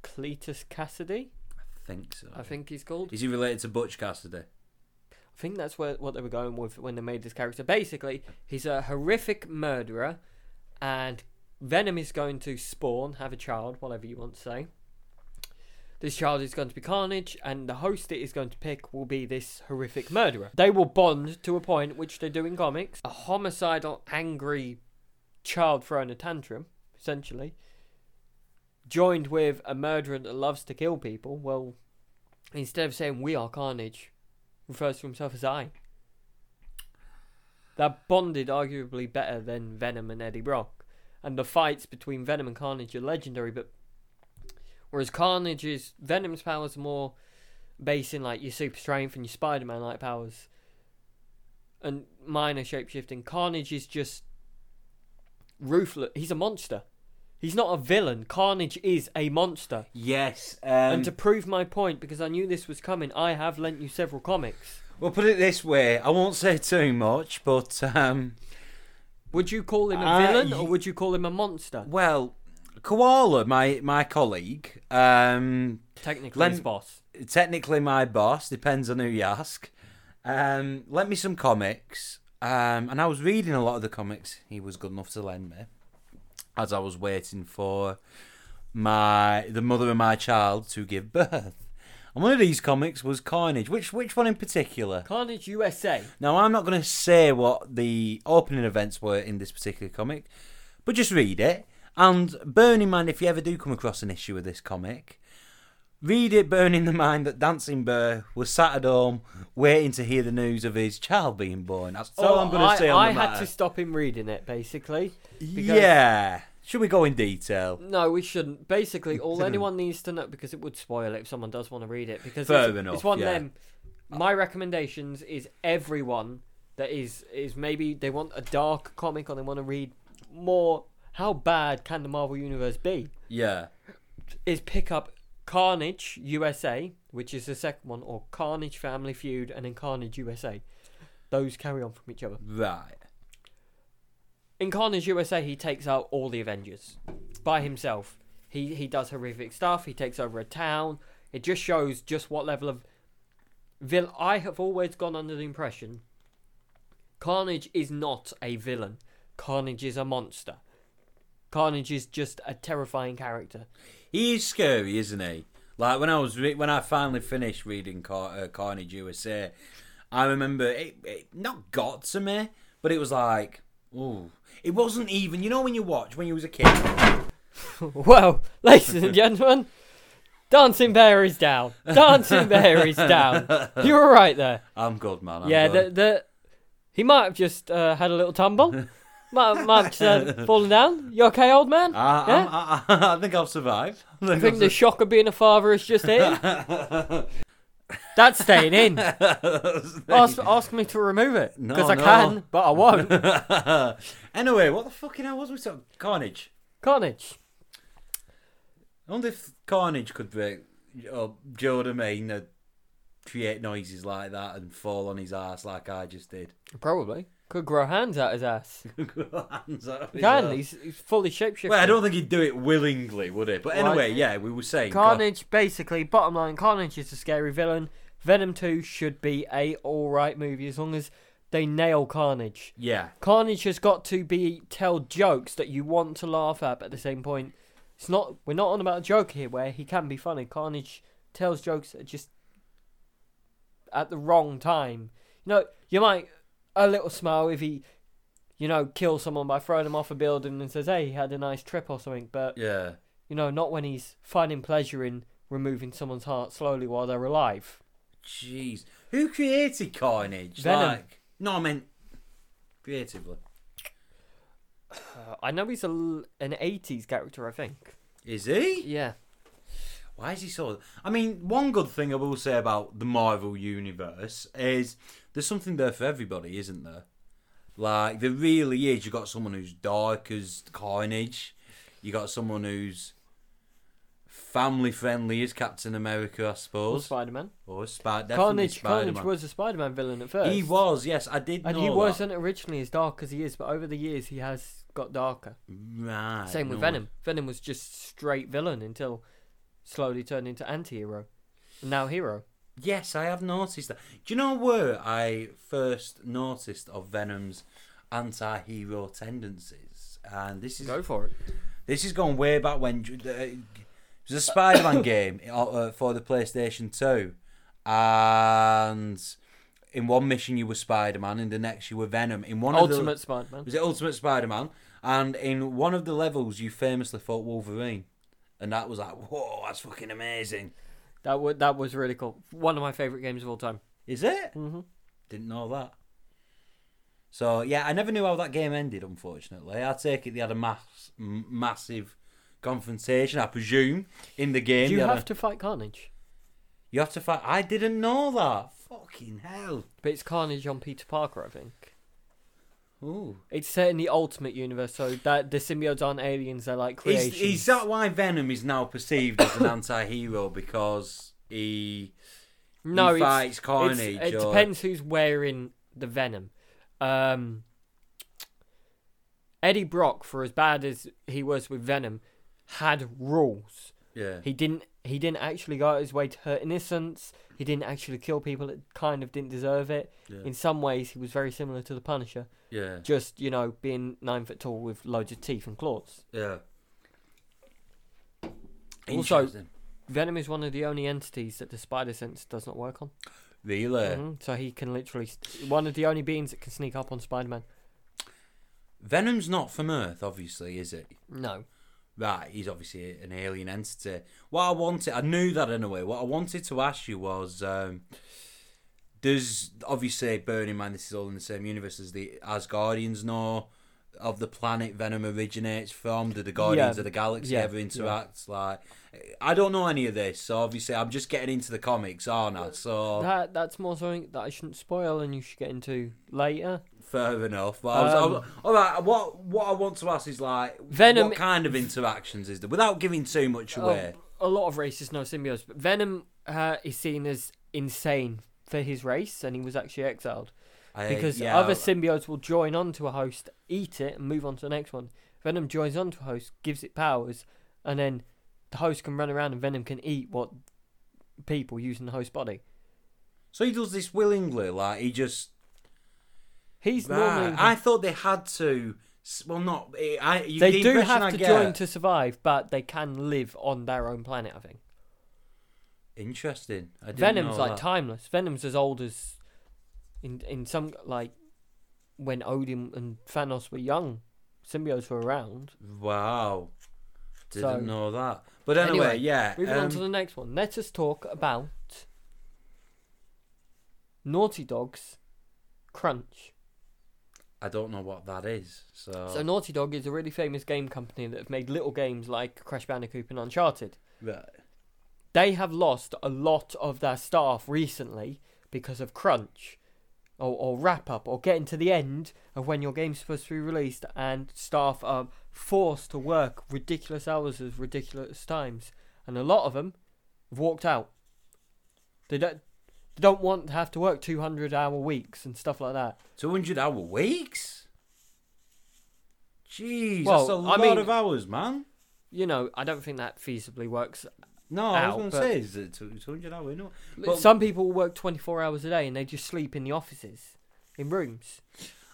Cletus Cassidy, I think so. I think he's called. Is he related to Butch Cassidy? I think that's where, what they were going with when they made this character. Basically, he's a horrific murderer, and Venom is going to spawn, have a child, whatever you want to say. This child is going to be Carnage, and the host it is going to pick will be this horrific murderer. They will bond to a point, which they do in comics. A homicidal, angry child throwing a tantrum, essentially, joined with a murderer that loves to kill people. Well, instead of saying we are Carnage, refers to himself as I. They're bonded arguably better than Venom and Eddie Brock. And the fights between Venom and Carnage are legendary, but whereas Carnage's Venom's powers are more based in like your super strength and your Spider Man like powers. And minor shapeshifting. Carnage is just ruthless. He's a monster. He's not a villain. Carnage is a monster. Yes. Um, and to prove my point, because I knew this was coming, I have lent you several comics. well, put it this way: I won't say too much, but um, Would you call him a Uh, villain y- or would you call him a monster? well, Koala, my my colleague, um, Technically, Len- his boss. technically my boss, depends on who you ask. Um, lent me some comics, um, and I was reading a lot of the comics he was good enough to lend me, as I was waiting for my the mother of my child to give birth. And one of these comics was Carnage. Which which one in particular? Carnage USA. Now, I'm not going to say what the opening events were in this particular comic, but just read it. And burn in mind if you ever do come across an issue of this comic, read it, burn in the mind that Dancing Bear was sat at home waiting to hear the news of his child being born. That's all Oh, I'm going I- to say on I the had matter. to stop him reading it, basically. because- Yeah. Should we go in detail? No, we shouldn't. Basically, all anyone needs to know, because it would spoil it if someone does want to read it. Because Fair it's, enough, it's one yeah. of them. My recommendations is everyone that is is maybe they want a dark comic or they want to read more. How bad can the Marvel Universe be? Yeah. Is pick up Carnage USA, which is the second one, or Carnage Family Feud, and then Carnage USA. Those carry on from each other. Right. In Carnage USA, he takes out all the Avengers by himself. He he does horrific stuff. He takes over a town. It just shows just what level of villain. I have always gone under the impression Carnage is not a villain. Carnage is a monster. Carnage is just a terrifying character. He is scary, isn't he? Like when I was re- when I finally finished reading Car- uh, Carnage USA, I remember it, it not got to me, but it was like, ooh, it wasn't even. You know when you watch when you was a kid. Well, ladies and gentlemen, Dancing Bear is down. Dancing Bear is down. You were right there. I'm good, man. I'm yeah, good. the, the he might have just uh, had a little tumble. might, might have just, uh, fallen down. You okay, old man? I, yeah? I'm- I, I, I think I've survived. I think I think I've the shock of being a father is just in. That's staying in. survived. Ask, ask me to remove it No, because I no. can, but I won't. anyway, what the fucking hell was we talking? Carnage. Carnage. I wonder if Carnage could break. Or do you know what I mean? Uh, create noises like that and fall on his ass like I just did. Probably could grow hands out his ass. Hands out of his Can ass. he's, he's fully shapeshifted. uh, Well, I don't think he'd do it willingly, would he? But Right. anyway, yeah, we were saying Car- Carnage, basically, bottom line, Carnage is a scary villain. Venom 2 should be a alright movie as long as they nail Carnage. yeah, Carnage has got to be tell jokes that you want to laugh at, but at the same point, it's not we're not on about a joke here where he can be funny. Carnage tells jokes that are just at the wrong time. You know, you might a little smile if he you know, kills someone by throwing them off a building and says, Hey, he had a nice trip or something, but yeah. you know, not when he's finding pleasure in removing someone's heart slowly while they're alive. Jeez, who created Carnage? Venom. Like, no, I meant creatively. Uh, I know he's a, l- an 80s character, I think. Is he? Yeah. Why is he so? I mean, one good thing I will say about the Marvel universe is there's something there for everybody, isn't there? Like there really is. You got someone who's dark as Carnage. You got someone who's family friendly as Captain America, I Or suppose. Spider Man. Or Spider. definitely Carnage, Spider-Man. Carnage was a Spider Man villain at first. He was. Yes, I did. And know he that. wasn't originally as dark as he is, but over the years he has got darker. Right. Same with no. Venom. Venom was just straight villain until slowly turned into anti hero. And now hero. Yes, I have noticed that. Do you know where I first noticed of Venom's anti-hero tendencies? And this is for it. this this is going way back when uh, it was a Spider-Man game uh, uh, for the PlayStation Two, and in one mission you were Spider-Man, in the next you were Venom. In one of Ultimate the, Spider Man. was it Ultimate Spider-Man? And in one of the levels you famously fought Wolverine, and that was like, whoa, that's fucking amazing. That, wa that was really cool. One of my favourite games of all time. Is it? Mm-hmm. Didn't know that. So yeah, I never knew how that game ended. Unfortunately, I take it they had a mass, m- massive confrontation. I presume in the game You they had have a- to fight Carnage. you have to fight. I didn't know that. Fucking hell! But it's Carnage on Peter Parker, I think. Ooh, It's set in the Ultimate Universe, so that the symbiotes aren't aliens; they're like is, creations. is that why Venom is now perceived as an anti-hero because he no? he it's, fights Carnage? it's- it or- depends who's wearing the Venom. Um, Eddie Brock, for as bad as he was with Venom, had rules. Yeah, He didn't. He didn't actually go out his way to hurt innocents. He didn't actually kill people that kind of didn't deserve it. Yeah. In some ways, he was very similar to the Punisher, yeah, just you know, being nine foot tall with loads of teeth and claws. yeah. Also- Interesting. Venom is one of the only entities that the spider sense does not work on. really. Mhm, So he can literally one of the only beings that can sneak up on Spider-Man. Venom's not from Earth, obviously, is it? No. Right, he's obviously an alien entity. What I wanted, I knew that in a way. What I wanted to ask you was, um, does obviously bearing in mind this is all in the same universe as the Asgardians know of the planet Venom originates from? Do the Guardians Yeah, of the Galaxy yeah, ever interact? Like, I don't know any of this, so obviously I'm just getting into the comics, aren't I? So That that's more something that I shouldn't spoil and you should get into later. fair enough. But I was, I was- all right, what what I want to ask is like, Um, Venom- what kind of interactions is there without giving too much away? Oh, a lot of races know symbiotes, but Venom uh, is seen as insane for his race, and he was actually exiled I- because Uh, yeah, other symbiotes will join on to a host, eat it, and move on to the next one. Venom joins on to a host, gives it powers, and then the host can run around and Venom can eat what people using the host body. So he does this willingly, like he just. He's normally Right. I thought they had to. s- Well, not. eh, I, you, they the do impression have I to get- join to survive, but they can live on their own planet. I think Interesting. I didn't Venom's know like that. timeless. Venom's as old as in in some like when Odin and Thanos were young, symbiotes were around. Wow. Didn't So- know that. But anyway, yeah. Moving on to um, the next one. Let us talk about Naughty Dog's Crunch. I don't know what that is. So, So Naughty Dog is a really famous game company that have made little games like Crash Bandicoot and Uncharted. Right. they have lost a lot of their staff recently because of crunch or, or wrap up or getting to the end of when your game's supposed to be released and staff are forced to work ridiculous hours at ridiculous times and a lot of them have walked out they don't they don't want to have to work 200 hour weeks and stuff like that 200 hour weeks? Jeez, Well, that's a I lot mean- of hours, man. you know i don't think that feasibly works No, Ow, I was but- going to say, is it two- 200 hours? No. But some people work 24 hours a day and they just sleep in the offices in rooms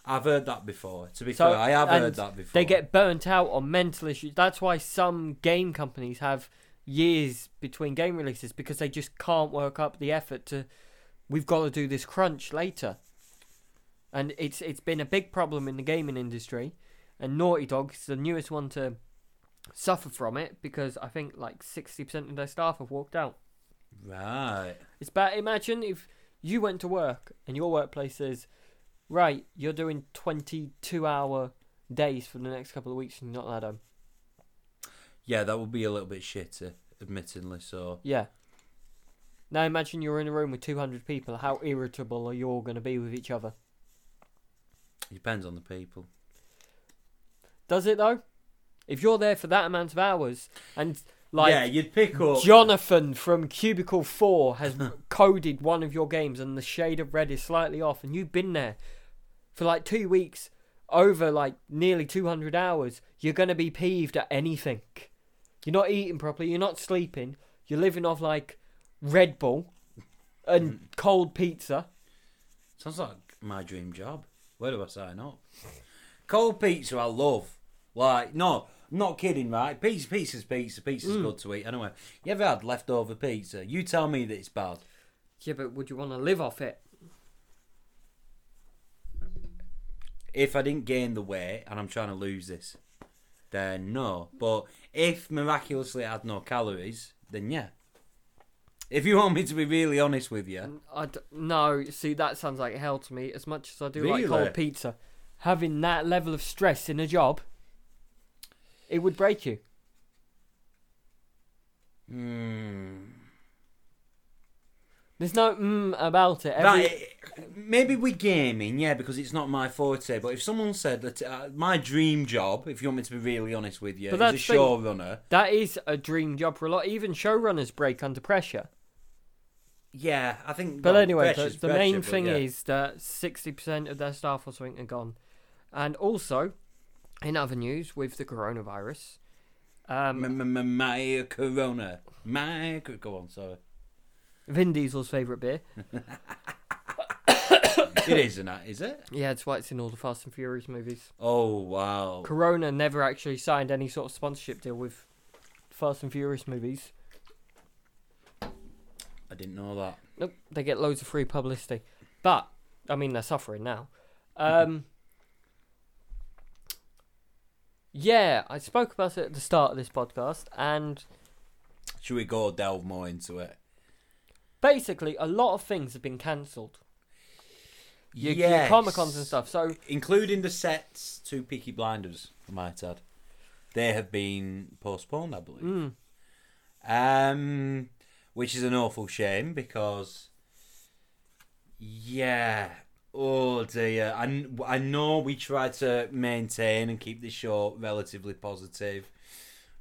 I've heard that before. To be So- fair, I have and heard that before. They get burnt out on mental issues. That's why some game companies have years between game releases because they just can't work up the effort to. We've got to do this crunch later, and it's it's been a big problem in the gaming industry, and Naughty Dog is the newest one to suffer from it because I think like sixty percent of their staff have walked out. Right. It's bad. Imagine if you went to work and your workplace says, right, you're doing 22 hour days for the next couple of weeks and you're not allowed home. Yeah, that would be a little bit shitty, admittedly. So, Yeah. Now imagine you're in a room with 200 people. How irritable are you all going to be with each other? it depends on the people. Does it though? If you're there for that amount of hours and like yeah, you'd pick up. Jonathan from Cubicle 4 has coded one of your games and the shade of red is slightly off, and you've been there for like two weeks over like nearly 200 hours. You're going to be peeved at anything. You're not eating properly, you're not sleeping, you're living off like Red Bull and cold pizza. Sounds like my dream job. Where do I sign up? Cold pizza, I love. Like, no, I'm not kidding, right? Pizza, pizza's pizza. Pizza's good to eat. Anyway, you ever had leftover pizza? You tell me that it's bad. Yeah, but would you want to live off it? If I didn't gain the weight and I'm trying to lose this, then no. But if miraculously I had no calories, then yeah. If you want me to be really honest with you, I d- no, see, that sounds like hell to me. As much as I do like Really? cold pizza, having that level of stress in a job, it would break you. mm, There's no mm about it. Every, Right, maybe with gaming, yeah, because it's not my forte. But if someone said that uh, my dream job, if you want me to be really honest with you, But is a that's the thing. showrunner, That is a dream job for a lot. Even showrunners break under pressure. yeah, I think. But well, anyway, the, pressure's the pressure, main but thing yeah. is that 60% of their staff or something are gone. And also, in other news, with the coronavirus, um, M- m- m- my corona, my co- go on, sorry, Vin Diesel's favourite beer. it isn't that, is it? Yeah, it's why it's in all the Fast and Furious movies. Oh wow, Corona never actually signed any sort of sponsorship deal with Fast and Furious movies. I didn't know that. Nope, they get loads of free publicity. But, I mean, they're suffering now. Um, yeah, I spoke about it at the start of this podcast, and Should we go delve more into it? basically, a lot of things have been cancelled. Your, Yes. Comic Cons and stuff. So, including the sets to Peaky Blinders, I might add. They have been postponed, I believe. mm, Um, which is an awful shame because, yeah, oh dear. I, I know we try to maintain and keep the show relatively positive,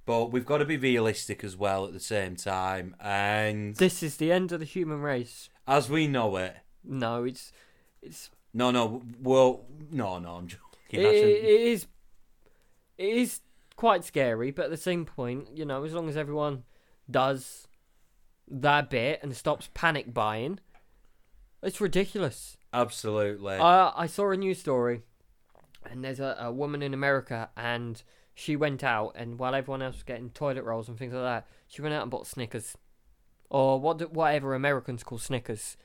But we've got to be realistic as well at the same time. And This is the end of the human race. as we know it, No, it's it's no, no, well, no, no, I'm joking. it, I shouldn't- it is it is quite scary, but at the same point, you know, as long as everyone does their bit and stops panic buying, it's ridiculous. Absolutely. Uh, I saw a news story, and there's a, a woman in America, and she went out, and while everyone else was getting toilet rolls and things like that, she went out and bought Snickers, or what do, whatever Americans call Snickers,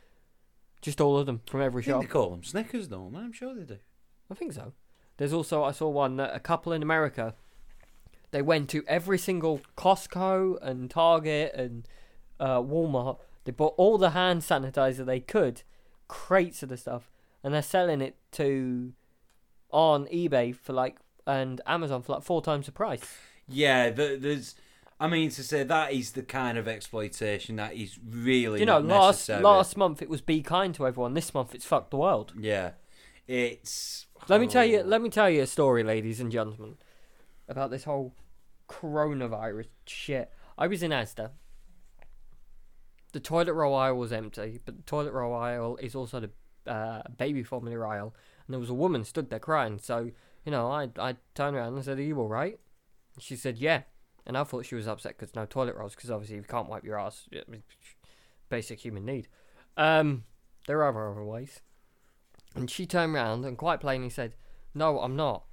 just all of them from every I think shop. they call them Snickers, don't they? I'm sure they do. I think so. There's also I saw one that a couple in America, they went to every single Costco and Target and uh, Walmart. They bought all the hand sanitizer they could, crates of the stuff, and they're selling it to on eBay for like and Amazon for like four times the price. Yeah, the, there's. I mean, to say that is the kind of exploitation that is really you know, not last necessary. last month it was be kind to everyone. This month it's fuck the world. Yeah, it's. Let me tell you. Let me tell you a story, ladies and gentlemen, about this whole coronavirus shit. I was in Asda. The toilet roll aisle was empty, but the toilet roll aisle is also the uh, baby formula aisle, and there was a woman stood there crying. So you know, I I turned around and said, "Are you all right?" She said, "Yeah," and I thought she was upset because no toilet rolls, because obviously you can't wipe your ass. Yeah, I mean, Basic human need. Um, there are other ways. And she turned round and quite plainly said, No, I'm not.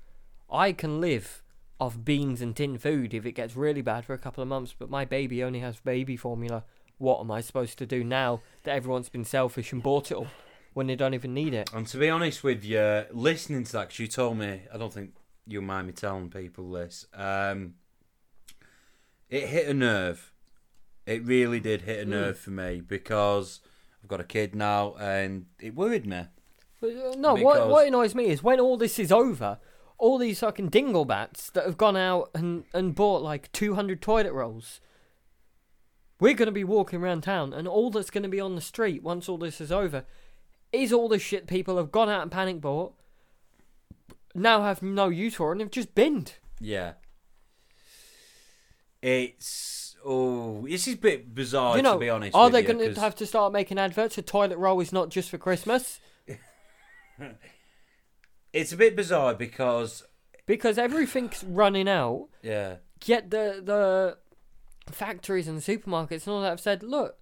I can live off beans and tin food if it gets really bad for a couple of months, but my baby only has baby formula. What am I supposed to do now that everyone's been selfish and bought it all when they don't even need it? And to be honest with you, listening to that, 'cause you told me, I don't think you'll mind me telling people this. Um, it hit a nerve. It really did hit a Hmm. nerve for me because I've got a kid now, and it worried me. But, uh, No, what, Because- what annoys me is when all this is over, all these fucking dinglebats that have gone out and, and bought like 200 toilet rolls, we're going to be walking around town and all that's going to be on the street once all this is over is all the shit people have gone out and panic bought, now have no use for and have just binned. Yeah. It's oh, this is a bit bizarre you know, to be honest. are with they you, going 'cause- to have to start making adverts? A toilet roll is not just for Christmas? It's a bit bizarre because Because everything's running out. yeah, yet the the factories and supermarkets and all that have said, look,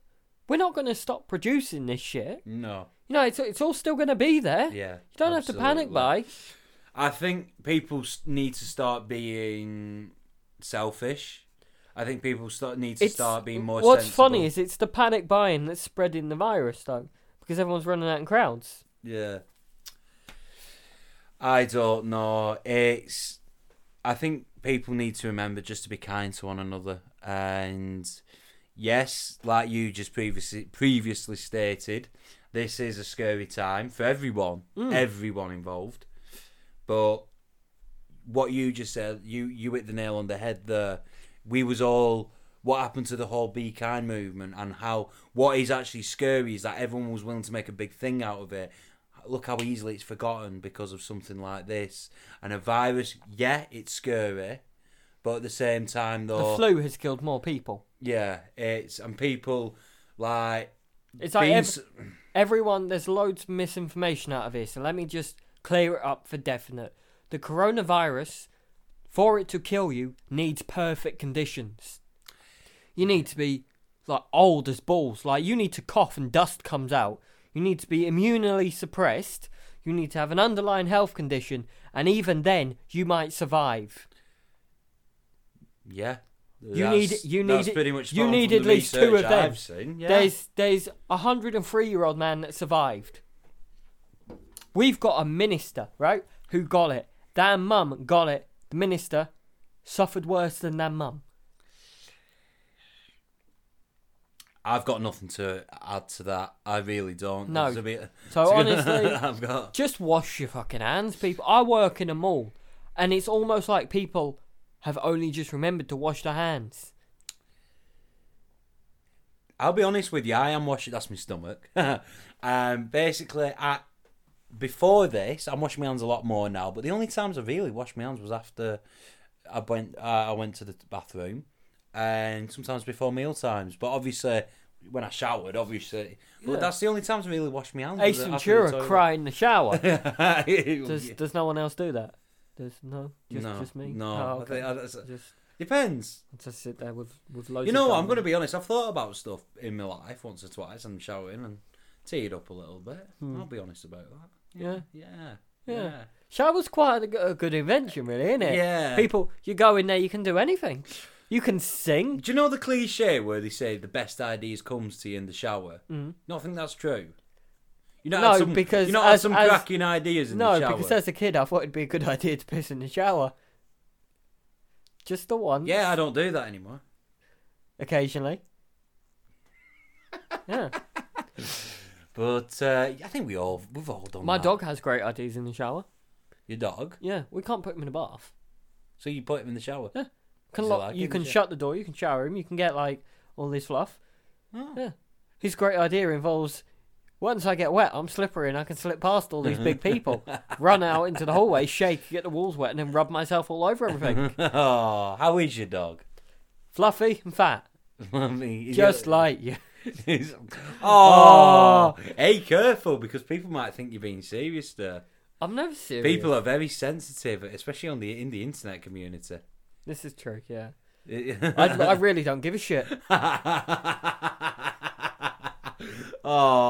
we're not going to stop producing this shit. no, You know, it's it's all still going to be there. yeah. You don't have to panic buy. I think people s- need to start being selfish. I think people start need to It's start being more. What's sensible. funny is it's the panic buying that's spreading the virus though, because everyone's running out in crowds. yeah. I don't know. It's. I think people need to remember just to be kind to one another, and yes, like you just previously previously stated, this is a scary time for everyone, everyone involved. But what you just said, you you hit the nail on the head there. We was all what happened to the whole be kind movement and how what is actually scary is that everyone was willing to make a big thing out of it. Look how easily it's forgotten because of something like this. And a virus, yeah, it's scary, but at the same time though The flu has killed more people. yeah, it's and people like It's like being ev- s- everyone. There's loads of misinformation out of here, so let me just clear it up for definite. The coronavirus, for it to kill you, needs perfect conditions. You need to be like old as balls. Like you need to cough and dust comes out. You need to be immunely suppressed. You need to have an underlying health condition, and even then, you might survive. yeah. You need you need that's pretty much you spot on need from at the least two research of them. I've seen, yeah. There's there's a hundred and three year old man that survived. We've got a minister, right, who got it. That mum got it. The minister suffered worse than that mum. I've got nothing to add to that. I really don't. No. It's a bit- So it's a- honestly- I've got Just wash your fucking hands, people. I work in a mall, and it's almost like people have only just remembered to wash their hands. I'll be honest with you. I am washing. That's my stomach. um, basically, I before this, I'm washing my hands a lot more now. But the only times I really washed my hands was after I went uh, I went to the bathroom, and sometimes before meal times. But obviously, when I showered, obviously, Yeah. but that's the only times I really washed my hands. Ace was Ventura after cry in the shower. the toilet. Does does no one else do that? Does no? Just no, just me? No, Oh, I okay. think- I- that's- just depends. just sit there with with loads. You of know what? I'm gum. going to be honest. I've thought about stuff in my life once or twice. and shouting and teared up a little bit. I'll be honest about that. Yeah. Yeah. Hmm. Yeah. Shower's quite a g- a good invention, really, isn't Yeah. it? yeah. People, you go in there, you can do anything. You can sing. Do you know the cliche where they say the best ideas comes to you in the shower? Mm. Not think that's true. You know, Hmm. No, some, because you know, had as- some as- cracking ideas in No, the shower. because as a kid, I thought it'd be a good idea to piss in the shower. Just the one. yeah, I don't do that anymore. Occasionally. yeah. But uh, I think we all we've all done. My that. dog has great ideas in the shower. your dog. Yeah, we can't put him in a bath. So you put him in the shower. Yeah. Can Is it lock, like you in the can shower? shut the door, you can shower him, you can get like all this fluff. Oh. Yeah. His great idea involves once I get wet, I'm slippery and I can slip past all these Mm-hmm. big people, run out into the hallway, shake, get the walls wet, and then rub myself all over Mm-hmm. everything. oh, how is your dog? Fluffy and fat, I mean, he's just got- like you. he's- oh, hey, careful because people might think you're being serious there. I'm never serious. People are very sensitive, especially on the in the internet community. This is true, yeah. I, I really don't give a shit. If oh,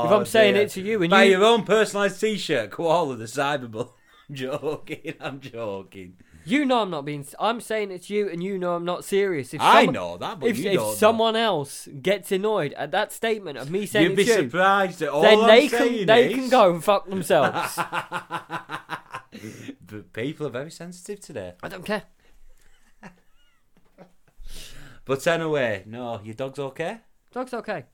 I'm saying dear. it to you and buy you, your own personalised T-shirt, koala the cyberball. I'm joking. I'm joking. you know I'm not being. s- I'm saying it to you and you know I'm not serious. If I someone- know that, but If, you if don't someone else gets annoyed at that statement of me know. saying you'd be it's you, surprised at all. then I'm they saying can they is- can go and fuck themselves. But people are very sensitive today. I don't care. But anyway, no, your dog's okay. Dog's okay.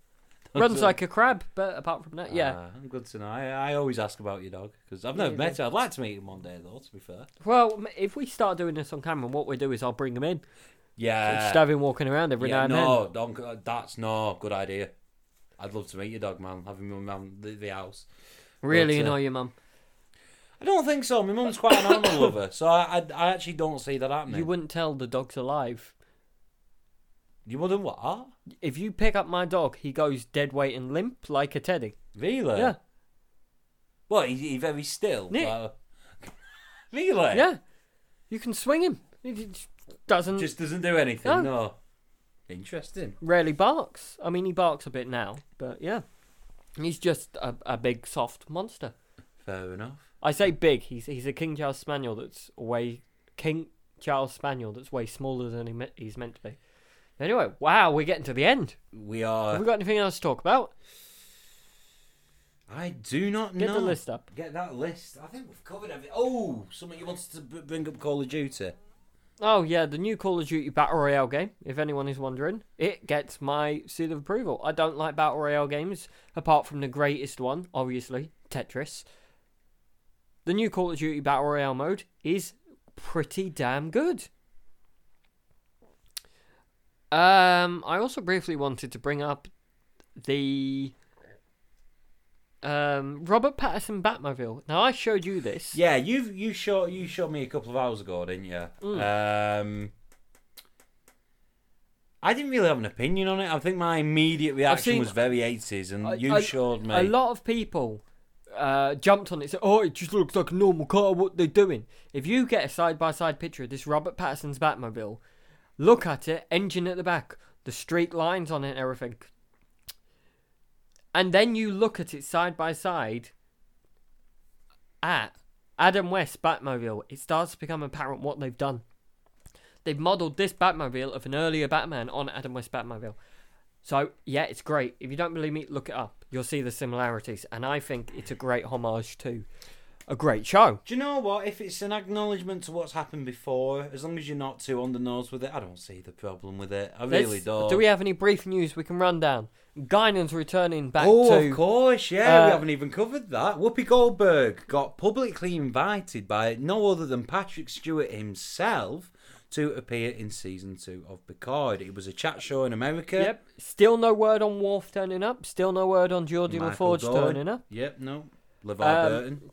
Runs like a crab, but apart from that, yeah. Ah, I'm good to know. I, I always ask about your dog because I've never you met him. I'd like to meet him one day, though. To be fair, Well, m- if we start doing this on camera, what we do is I'll bring him in, yeah. just have him walking around every Uh. Yeah, now no, and don't. go- That's no good idea. I'd love to meet your dog, man. Have him around the, the house. then. Really but, uh, annoy your mum. I don't think so. My mum's quite an animal lover, so I, I, I actually don't see that happening. You wouldn't tell the dog's alive. You wouldn't what? If you pick up my dog, he goes dead weight and limp like a teddy. Really? Yeah, What? He, he very still. Yeah. Like- really? yeah. You can swing him. He just doesn't Just doesn't do anything. No. No. Interesting. rarely barks. I mean, he barks a bit now, but yeah, he's just a, a big soft monster. Fair enough. I say big. He's he's a King Charles Spaniel that's way King Charles Spaniel that's way smaller than he me- he's meant to be. Anyway, wow, we're getting to the end. We Have are. we got anything else to talk about? I do not Get know. the list up. Get that list. I think we've covered everything. Oh, something you wanted to b- bring up Call of Duty. Oh yeah, the new Call of Duty Battle Royale game. If anyone is wondering, it gets my seal of approval. I don't like Battle Royale games apart from the greatest one, obviously Tetris. The new Call of Duty Battle Royale mode is pretty damn good. Um, I also briefly wanted to bring up the um Robert Patterson Batmobile. Now I showed you this. Yeah, you've you showed you showed me a couple of hours ago, didn't you? Mm. Um, I didn't really have an opinion on it. I think my immediate reaction seen- was very eighties, and I- you I- showed me. A lot of people uh, jumped on it and said, oh, it just looks like a normal car, what they're doing. If you get a side by side picture of this Robert Patterson's Batmobile, look at it, engine at the back, the straight lines on it and everything. And then you look at it side by side at Adam West's Batmobile, it starts to become apparent what they've done. They've modelled this Batmobile of an earlier Batman on Adam West's Batmobile. So yeah, it's great. If you don't believe me, look it up. You'll see the similarities, and I think it's a great homage to a great show. Do you know what? If it's an acknowledgement to what's happened before, as long as you're not too on the nose with it, I don't see the problem with it. I really Let's- don't. Do we have any brief news we can run down? Guinan's returning back oh, to. of course, yeah. we uh, haven't even covered that. Whoopi Goldberg got publicly invited by no other than Patrick Stewart himself to appear in season two of Picard. It was a chat show in America. Yep. Still no word on Worf turning up. Still no word on Geordie Michael LaForge Dorn. turning up. Yep, no. LeVar Um, Burton.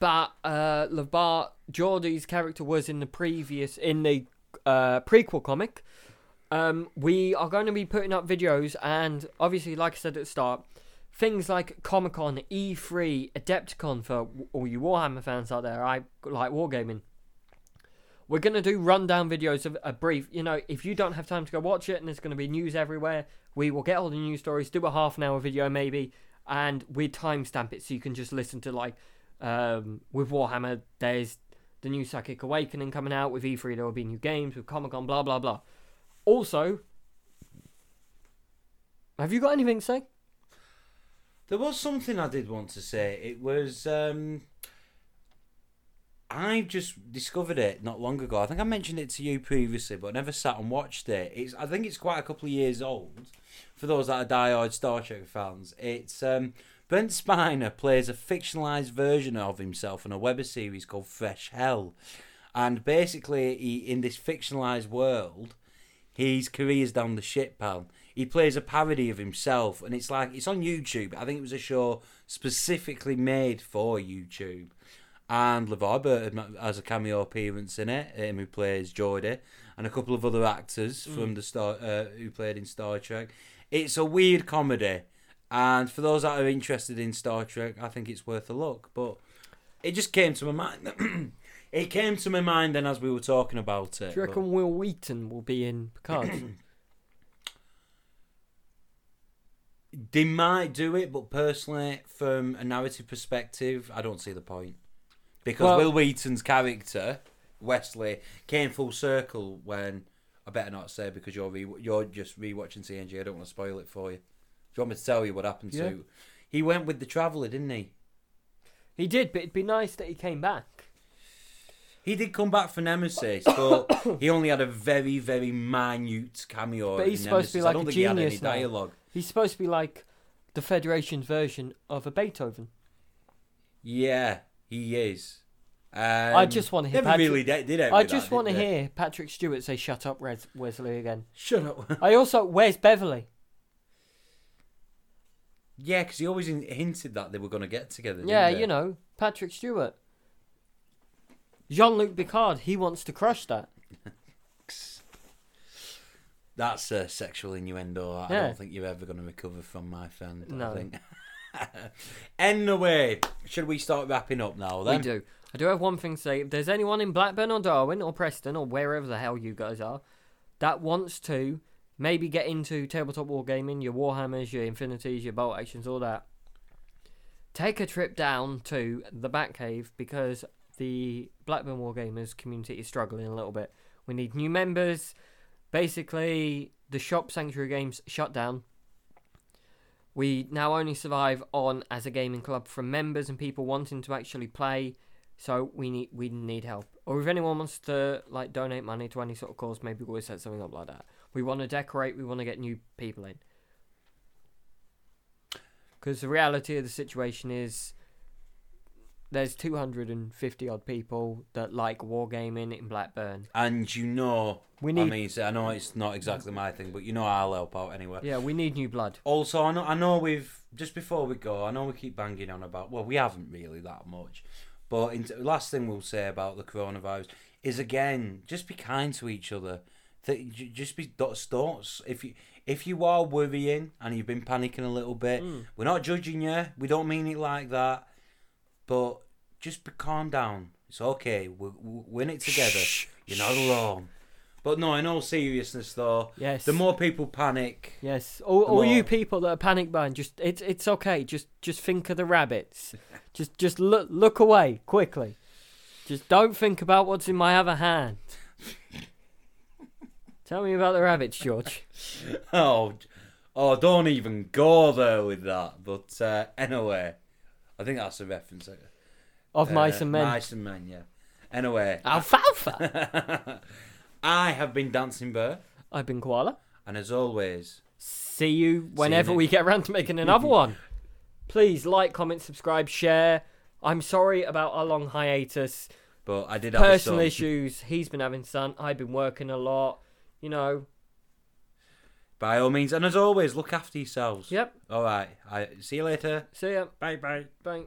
But uh, Lavar Geordie's character was in the previous in the uh, prequel comic. Um, we are going to be putting up videos, and obviously, like I said at the start, things like Comic Con, E3, Adepticon for w- all you Warhammer fans out there. I like wargaming. We're gonna do rundown videos of a brief. You know, if you don't have time to go watch it, and there's gonna be news everywhere, we will get all the news stories, do a half an hour video maybe, and we timestamp it so you can just listen to like um, with Warhammer. There's the new Psychic Awakening coming out with E3. There will be new games with Comic Con. Blah blah blah. Also, have you got anything to say? There was something I did want to say. It was um, I just discovered it not long ago. I think I mentioned it to you previously, but I never sat and watched it. It's I think it's quite a couple of years old. For those that are diehard Star Trek fans, it's um, Brent Spiner plays a fictionalized version of himself in a web series called Fresh Hell, and basically, he in this fictionalized world, his career's down the shit, pal. He plays a parody of himself, and it's like it's on YouTube. I think it was a show specifically made for YouTube. And LeVar Burton has a cameo appearance in it, him who plays Geordie, and a couple of other actors Mm. from the Star uh, who played in Star Trek. It's a weird comedy, and for those that are interested in Star Trek, I think it's worth a look. But it just came to my mind. it came to my mind then as we were talking about it. Do you but- reckon Will Wheaton will be in Picard? They might do it, but personally, from a narrative perspective, I don't see the point. Because Well- Will Wheaton's character, Wesley, came full circle when I better not say because you're re- you're just rewatching TNG. I don't want to spoil it for you. Do you want me to tell you what happened Yeah. to? He went with the traveller, didn't he? he did, but it'd be nice that he came back. He did come back for Nemesis, but he only had a very, very minute cameo. But he's in supposed to be Nemesis. like I don't a think he had any genius now. dialogue. He's supposed to be like the Federation's version of a Beethoven. Yeah, he is. Um, I just wanna hear Never Patrick- really did, did it. I with just that, want to did they? hear Patrick Stewart say "Shut up, Res- Wesley" again. Shut up. I also, where's Beverly? Yeah, because he always in- hinted that they were going to get together. didn't Yeah, they? you know Patrick Stewart. Jean Luc Picard, he wants to crush that. That's a sexual innuendo. I Yeah. don't think you're ever going to recover from, my friend. No. I think. anyway, should we start wrapping up now then? We do. I do have one thing to say. If there's anyone in Blackburn or Darwin or Preston or wherever the hell you guys are that wants to maybe get into tabletop wargaming, your Warhammers, your Infinities, your Bolt Actions, all that, take a trip down to the Batcave because the Blackburn Wargamers community is struggling a little bit. We need new members. Basically, the shop Sanctuary Games shut down. We now only survive on as a gaming club from members and people wanting to actually play. So we need we need help. Or if anyone wants to like donate money to any sort of cause, maybe we'll set something up like that. We want to decorate. We want to get new people in. Because the reality of the situation is, there's 250 odd people that like wargaming in Blackburn. And you know, We I need- mean, so I know it's not exactly my thing, but you know, I'll help out anyway. Yeah, we need new blood. Also, I know, I know we've just before we go, I know we keep banging on about. Well, we haven't really that much, but in, last thing we'll say about the coronavirus is again, just be kind to each other. Th- j- Just be don't don't- If you if you are worrying and you've been panicking a little bit, we're not judging you. We don't mean it like that, but just be calm down. It's okay. We're, we're in it together. You're not alone. But no, in all seriousness though, Yes. the more people panic, Yes, all, all more- you people that are panic buying, just it's it's okay. Just just think of the rabbits. just just look look away quickly. Just don't think about what's in my other hand. Tell me about the rabbits, George. Oh, j- oh, don't even go there with that. But uh, anyway, I think that's a reference. uh, Of mice uh, and men. Mice and men, yeah. Anyway, Alfalfa. Ah. I have been Dancing Bear, I've been koala. and as always, See you whenever next- we get around to making another one. Please like, comment, subscribe, share. I'm sorry about our long hiatus. but I did have Personal a son. issues. He's been having sun. I've been working a lot. You know. By all means, and as always, look after yourselves. Yep. All right. I see you later. See ya. Bye bye. Bye.